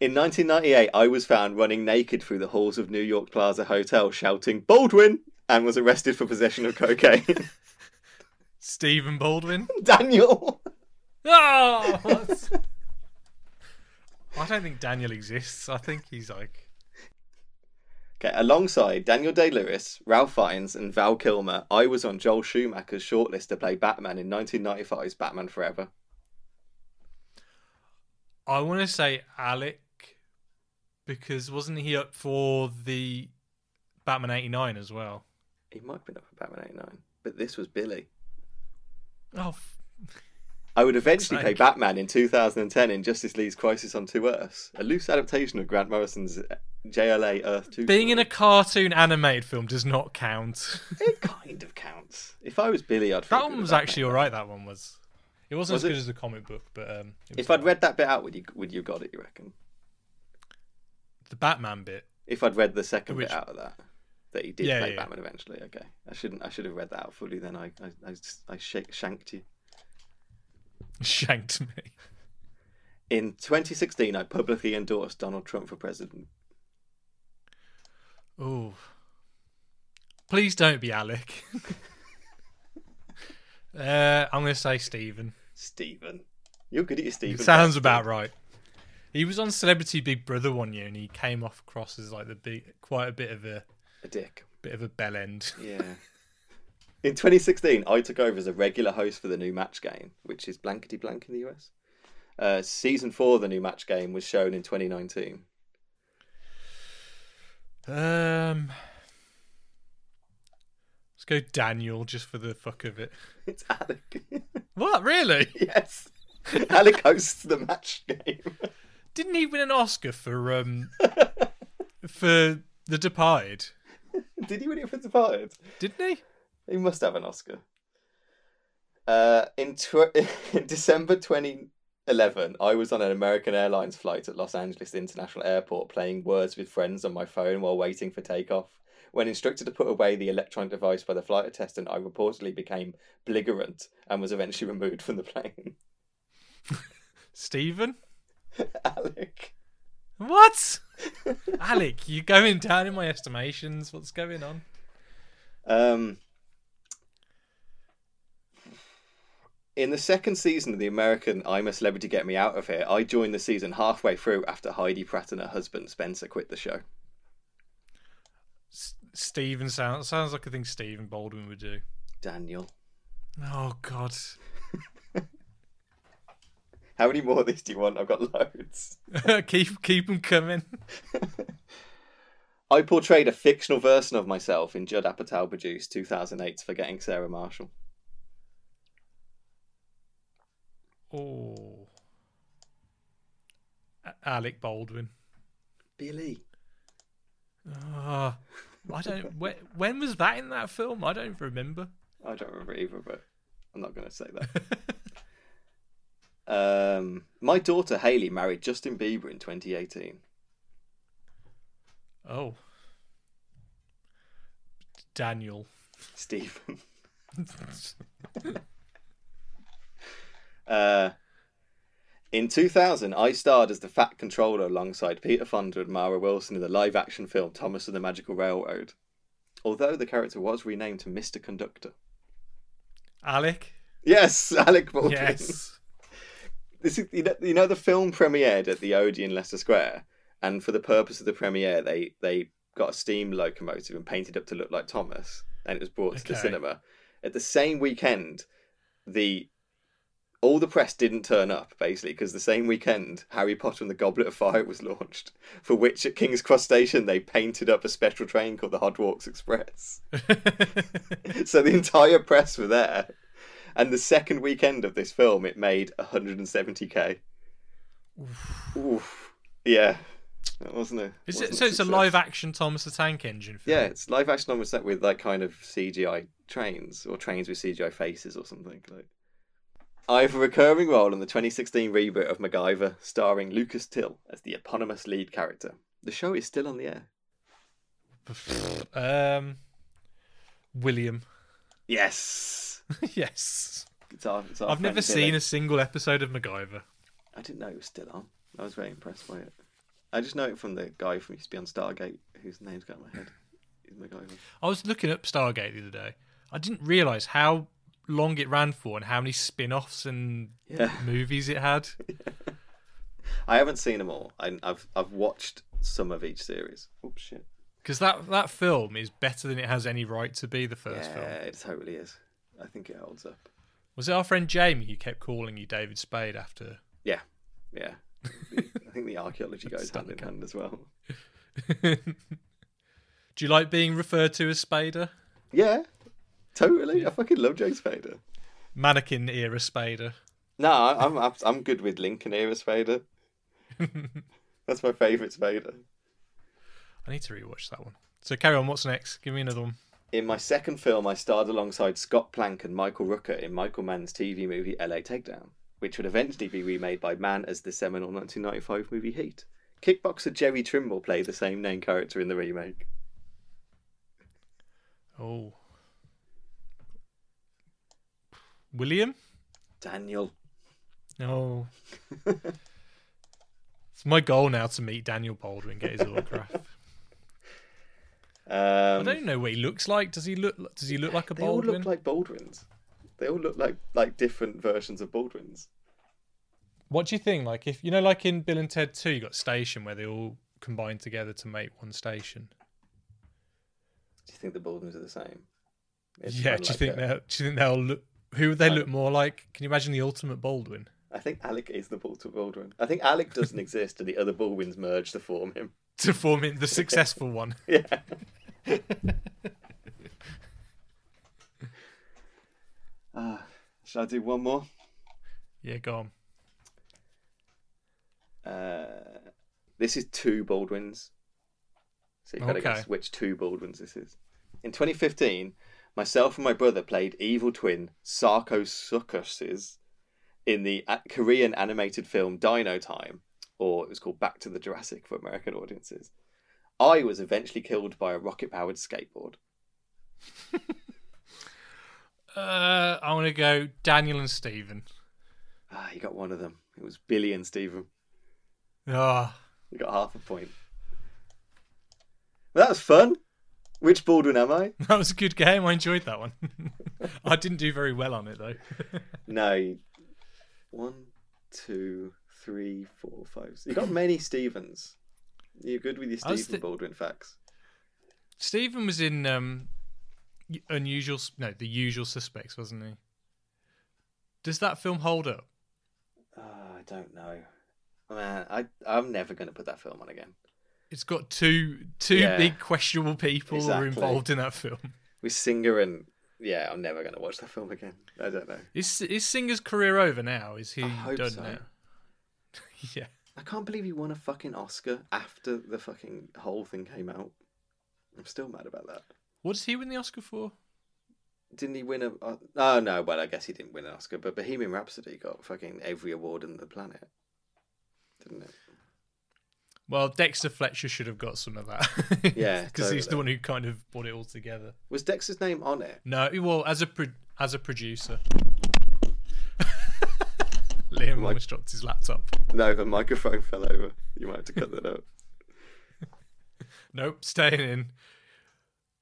B: In 1998, I was found running naked through the halls of New York Plaza Hotel shouting, Baldwin! and was arrested for possession of cocaine.
C: Stephen Baldwin?
B: Daniel!
C: Oh! that's- I don't think Daniel exists. I think he's like.
B: Okay, alongside Daniel Day Lewis, Ralph Fiennes, and Val Kilmer, I was on Joel Schumacher's shortlist to play Batman in 1995's Batman Forever.
C: I want to say Alec because wasn't he up for the Batman 89 as well?
B: He might have been up for Batman 89, but this was Billy.
C: Oh, f-
B: I would eventually play
C: Sake.
B: Batman in 2010 in Justice League's Crisis on Two Earths, a loose adaptation of Grant Morrison's JLA Earth 2.
C: being in a cartoon animated film does not count.
B: It kind of counts. If I was Billy, I'd. feel
C: that
B: good
C: one was
B: about
C: actually
B: that.
C: all right. That one was. It wasn't
B: Was
C: as good
B: it?
C: as the comic book, but um, it was
B: If I'd
C: all
B: read that bit out, would you would you have got it? You reckon?
C: right. the Batman bit,
B: If I'd read the second
C: Which-
B: bit out of that, that he did
C: Yeah,
B: play
C: yeah, yeah.
B: Batman eventually. Okay, I shouldn't. I should have read that out fully. Then I I I, s- I shak- shanked you.
C: shanked me.
B: In 2016, I publicly endorsed Donald Trump for president.
C: Oh, please don't be Alec. uh, I'm gonna say Steven.
B: Stephen, you're good at your Stephen.
C: It sounds about right. He was on Celebrity Big Brother one year, and he came off across as like the big, quite a bit of a
B: A dick.
C: bit of a bell end.
B: Yeah. In 2016, I took over as a regular host for the new match game, which is blankety blank in the US. Uh, season four of the new match game was shown in 2019.
C: Um, let's go Daniel just for the fuck of it.
B: It's Alec.
C: What really?
B: yes. Alec hosts the match game.
C: Didn't he win an Oscar for um for The Departed?
B: Did he win it for Departed?
C: Didn't he?
B: He must have an Oscar. Uh, in, tw- in December 2011, I was on an American Airlines flight at Los Angeles International Airport playing Words with Friends on my phone while waiting for takeoff. When instructed to put away the electronic device by the flight attendant, I reportedly became belligerent and was eventually removed from the plane.
C: Stephen?
B: Alec.
C: What? Alec, you're going down in my estimations. What's going on?
B: Um, in the second season of the American I'm a Celebrity Get Me Out of Here, I joined the season halfway through after Heidi Pratt and her husband Spencer quit the show.
C: S- Stephen sounds sounds like a thing Stephen Baldwin would do.
B: Daniel.
C: Oh God.
B: How many more of these do you want? I've got loads.
C: keep keep them coming.
B: I portrayed a fictional version of myself in Judd Apatow produced 2008's Forgetting Sarah Marshall.
C: Oh. A- Alec Baldwin.
B: Billy.
C: Ah, I don't. When, when was that in that film? I don't remember.
B: I don't remember it either, but I'm not going to say that. um, my daughter Haley married Justin Bieber in 2018.
C: Oh, Daniel.
B: Stephen. Uh, in 2000, I starred as the Fat Controller alongside Peter Fonda and Mara Wilson in the live action film Thomas and the Magical Railroad. Although the character was renamed to Mr. Conductor.
C: Alec.
B: Yes, Alec Baldwin.
C: Yes.
B: This is, you, know, you know, the film premiered at the Odeon, Leicester Square, and for the purpose of the premiere, they, they got a steam locomotive and painted up to look like Thomas, and it was brought to the
C: Okay.
B: cinema. At the same weekend, the all the press didn't turn up basically because the same weekend Harry Potter and the Goblet of Fire was launched, for which at King's Cross Station they painted up a special train called the Hogwarts Express. so the entire press were there, and the second weekend of this film it made 170k. Oof. Yeah, that wasn't it.
C: Is it, so it's a live action Thomas the Tank Engine film.
B: Yeah, it's live action on set with like kind of CGI trains or trains with CGI faces or something like. I have a recurring role in the 2016 reboot of MacGyver, starring Lucas Till as the eponymous lead character. The show is still on the air.
C: Um, William.
B: Yes.
C: yes.
B: It's our, it's our
C: I've never
B: friend
C: seen
B: Dylan.
C: a single episode of MacGyver.
B: I didn't know it was still on. I was very impressed by it. I just know it from the guy who used to be on Stargate, whose name's got in my head. He's MacGyver.
C: I was looking up Stargate the other day. I didn't realize how long it ran for and how many spin-offs and
B: Yeah.
C: movies it had.
B: I haven't seen them all. I, I've I've watched some of each series. Oh shit!
C: Because that that film is better than it has any right to be. The first
B: yeah,
C: film
B: it totally is. I think it holds up.
C: was it our friend Jamie who kept calling you David Spade after?
B: Yeah, yeah. I think the archaeology goes hand in hand as well.
C: Do you like being referred to as Spader?
B: Yeah, totally. I fucking love James Spader.
C: Mannequin era Spader.
B: No, I- I'm abs- I'm good with Lincoln era Spader. That's my favourite Spader.
C: I need to rewatch that one. So carry on. What's next? Give me another one.
B: In my second film, I starred alongside Scott Plank and Michael Rooker in Michael Mann's TV movie LA Takedown, which would eventually be remade by Mann as the seminal 1995 movie Heat. Kickboxer Jerry Trimble played the same name character in the remake.
C: Oh, William.
B: Daniel.
C: No. it's my goal now to meet Daniel Boulder and get his autograph. I
B: Um,
C: don't know what he looks like. Does he look? Does he look like a
B: they all
C: Baldwin?
B: look like Baldwins. They all look like like different versions of Baldwins.
C: What do you think? Like if you know, like in Bill and Ted Two, you got Station where they all combine together to make one station.
B: Do you think the Baldwins are the same? It's
C: yeah.
B: kinda
C: Do you
B: like
C: think
B: a-
C: they'll? Do you think they'll look? Who would they look more like? Can you imagine the ultimate Baldwin?
B: I think Alec is the Bald- Baldwin. I think Alec doesn't exist, and the other Baldwins merge to form him.
C: To form in the successful one.
B: Yeah. Ah, shall I do one more?
C: Yeah, go on.
B: Uh, this is two Baldwins. So you've got to
C: Okay.
B: guess which two Baldwins this is. In 2015, myself and my brother played evil twin Sarko Suckuses in the a- Korean animated film Dino Time, or it was called Back to the Jurassic for American audiences. I was eventually killed by a rocket powered skateboard.
C: Uh, I want to go Daniel and Stephen.
B: Ah, you got one of them. It was Billy and Stephen.
C: Ah,
B: You got half a point. Well, that was fun. Which Baldwin am I?
C: that was a good game. I enjoyed that one. I didn't do very well on it though.
B: No. you- One, two, three, four, five. six. You got many Stevens. You're good with your Stephen
C: I was thi-
B: Baldwin facts.
C: Stephen was in um, unusual, Sus- no, the usual suspects, wasn't he? Does that film hold up?
B: Ah, I don't know. Oh, Man, I I'm never gonna put that film on again.
C: It's got two two
B: Yeah.
C: big questionable people who are
B: Exactly.
C: involved in that film.
B: With Singer and yeah, I'm never gonna watch that film again. I don't know.
C: Is is Singer's career over now? Is he
B: I hope
C: done
B: so.
C: now? yeah,
B: I can't believe he won a fucking Oscar after the fucking whole thing came out. I'm still mad about that.
C: what does he win the Oscar for?
B: Didn't he win a? Oh no, well I guess he didn't win an Oscar, but Bohemian Rhapsody got fucking every award on the planet, didn't it?
C: Well, Dexter Fletcher should have got some of that.
B: Yeah,
C: because he's
B: totally.
C: the one who kind of brought it all together.
B: Was Dexter's name on it?
C: No, well, as a pro- as a producer, Liam almost dropped his laptop.
B: No, the microphone fell over. You might have to cut that out.
C: Nope, staying in.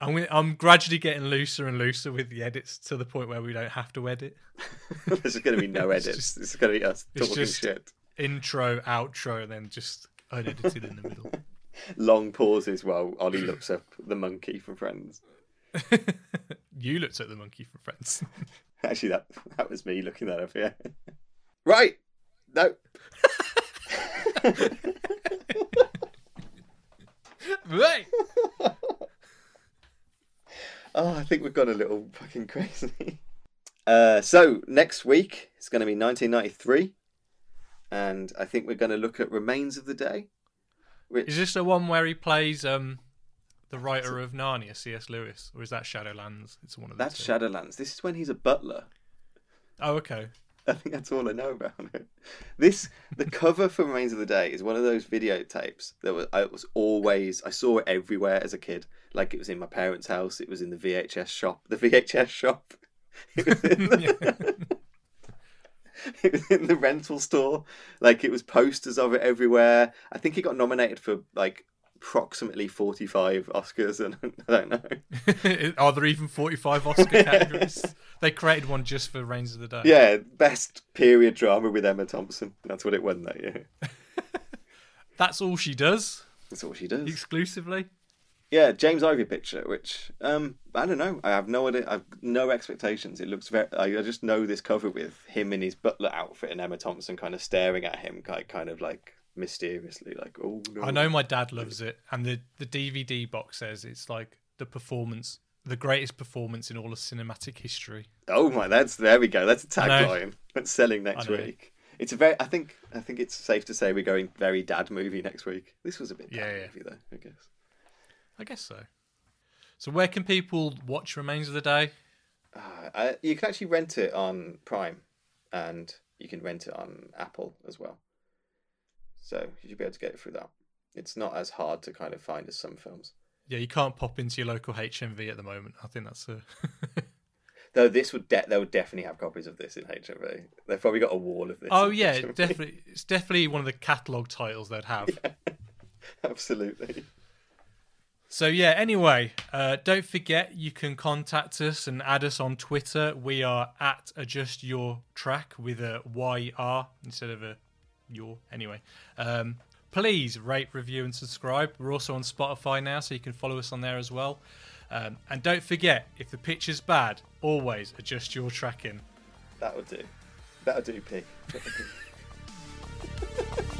C: I'm gonna, I'm gradually getting looser and looser with the edits to the point where we don't have to edit.
B: There's just going to be no
C: It's
B: edits.
C: just-
B: This is going to be us
C: it's
B: talking
C: just-
B: shit.
C: Intro, outro, and then just unedited in the middle.
B: Long pauses while Ollie looks up the monkey from Friends.
C: you looked at the monkey for friends.
B: Actually, that that was me looking that up. Yeah. Right. No.
C: right.
B: Oh, I think we've gone a little fucking crazy. Uh, so next week it's going to be 1993, and I think we're going to look at Remains of the Day. Which
C: Is this the one where he plays um the writer of Narnia, C.S. Lewis, or is that Shadowlands? It's one of the
B: that's
C: two.
B: Shadowlands. This is when he's a butler.
C: oh, okay.
B: I think that's all I know about it. This, the cover for Remains of the Day is one of those videotapes that was, I was always, I saw it everywhere as a kid. Like it was in my parents' house, it was in the VHS shop, the VHS shop. It was in the, it was in the rental store. Like it was posters of it everywhere. I think it got nominated for like approximately 45 Oscars, and I don't know.
C: Are there even 45 Oscar categories? They created one just for Reigns of the Day.
B: Yeah, best period drama with Emma Thompson. That's what it won that year.
C: That's all she does
B: That's all she does.
C: exclusively.
B: Yeah, James Ivy picture, which um, I don't know. I have no idea. I've no expectations. It looks very. I, I just know this cover with him in his butler outfit and Emma Thompson kind of staring at him, ki- kind of like mysteriously, like oh no.
C: I know my dad loves it, and the, the DVD box says it's like the performance, the greatest performance in all of cinematic history.
B: Oh my, that's there we go. That's a
C: I know.
B: tagline. That's selling next
C: I know.
B: week. It's a very. I think. I think it's safe to say we're going very dad movie next week. This was a bit dad
C: Yeah, yeah.
B: movie though, I guess.
C: I guess so. So, where can people watch Remains of the Day?
B: Uh, I, you can actually rent it on Prime, and you can rent it on Apple as well. So you should be able to get it through that. It's not as hard to kind of find as some films.
C: Yeah, you can't pop into your local HMV at the moment. I think that's a.
B: Though this would de- they would definitely have copies of this in HMV. They've probably got a wall of this.
C: oh
B: in
C: yeah,
B: HMV.
C: definitely. It's definitely one of the catalog titles they'd have.
B: absolutely.
C: So yeah. Anyway, uh, don't forget you can contact us and add us on Twitter. We are at adjust your track with a Y R instead of a your. Anyway, um, please rate, review, and subscribe. We're also on Spotify now, so you can follow us on there as well. Um, and don't forget, if the pitch is bad, always adjust your tracking.
B: That would do. That would do, Pig.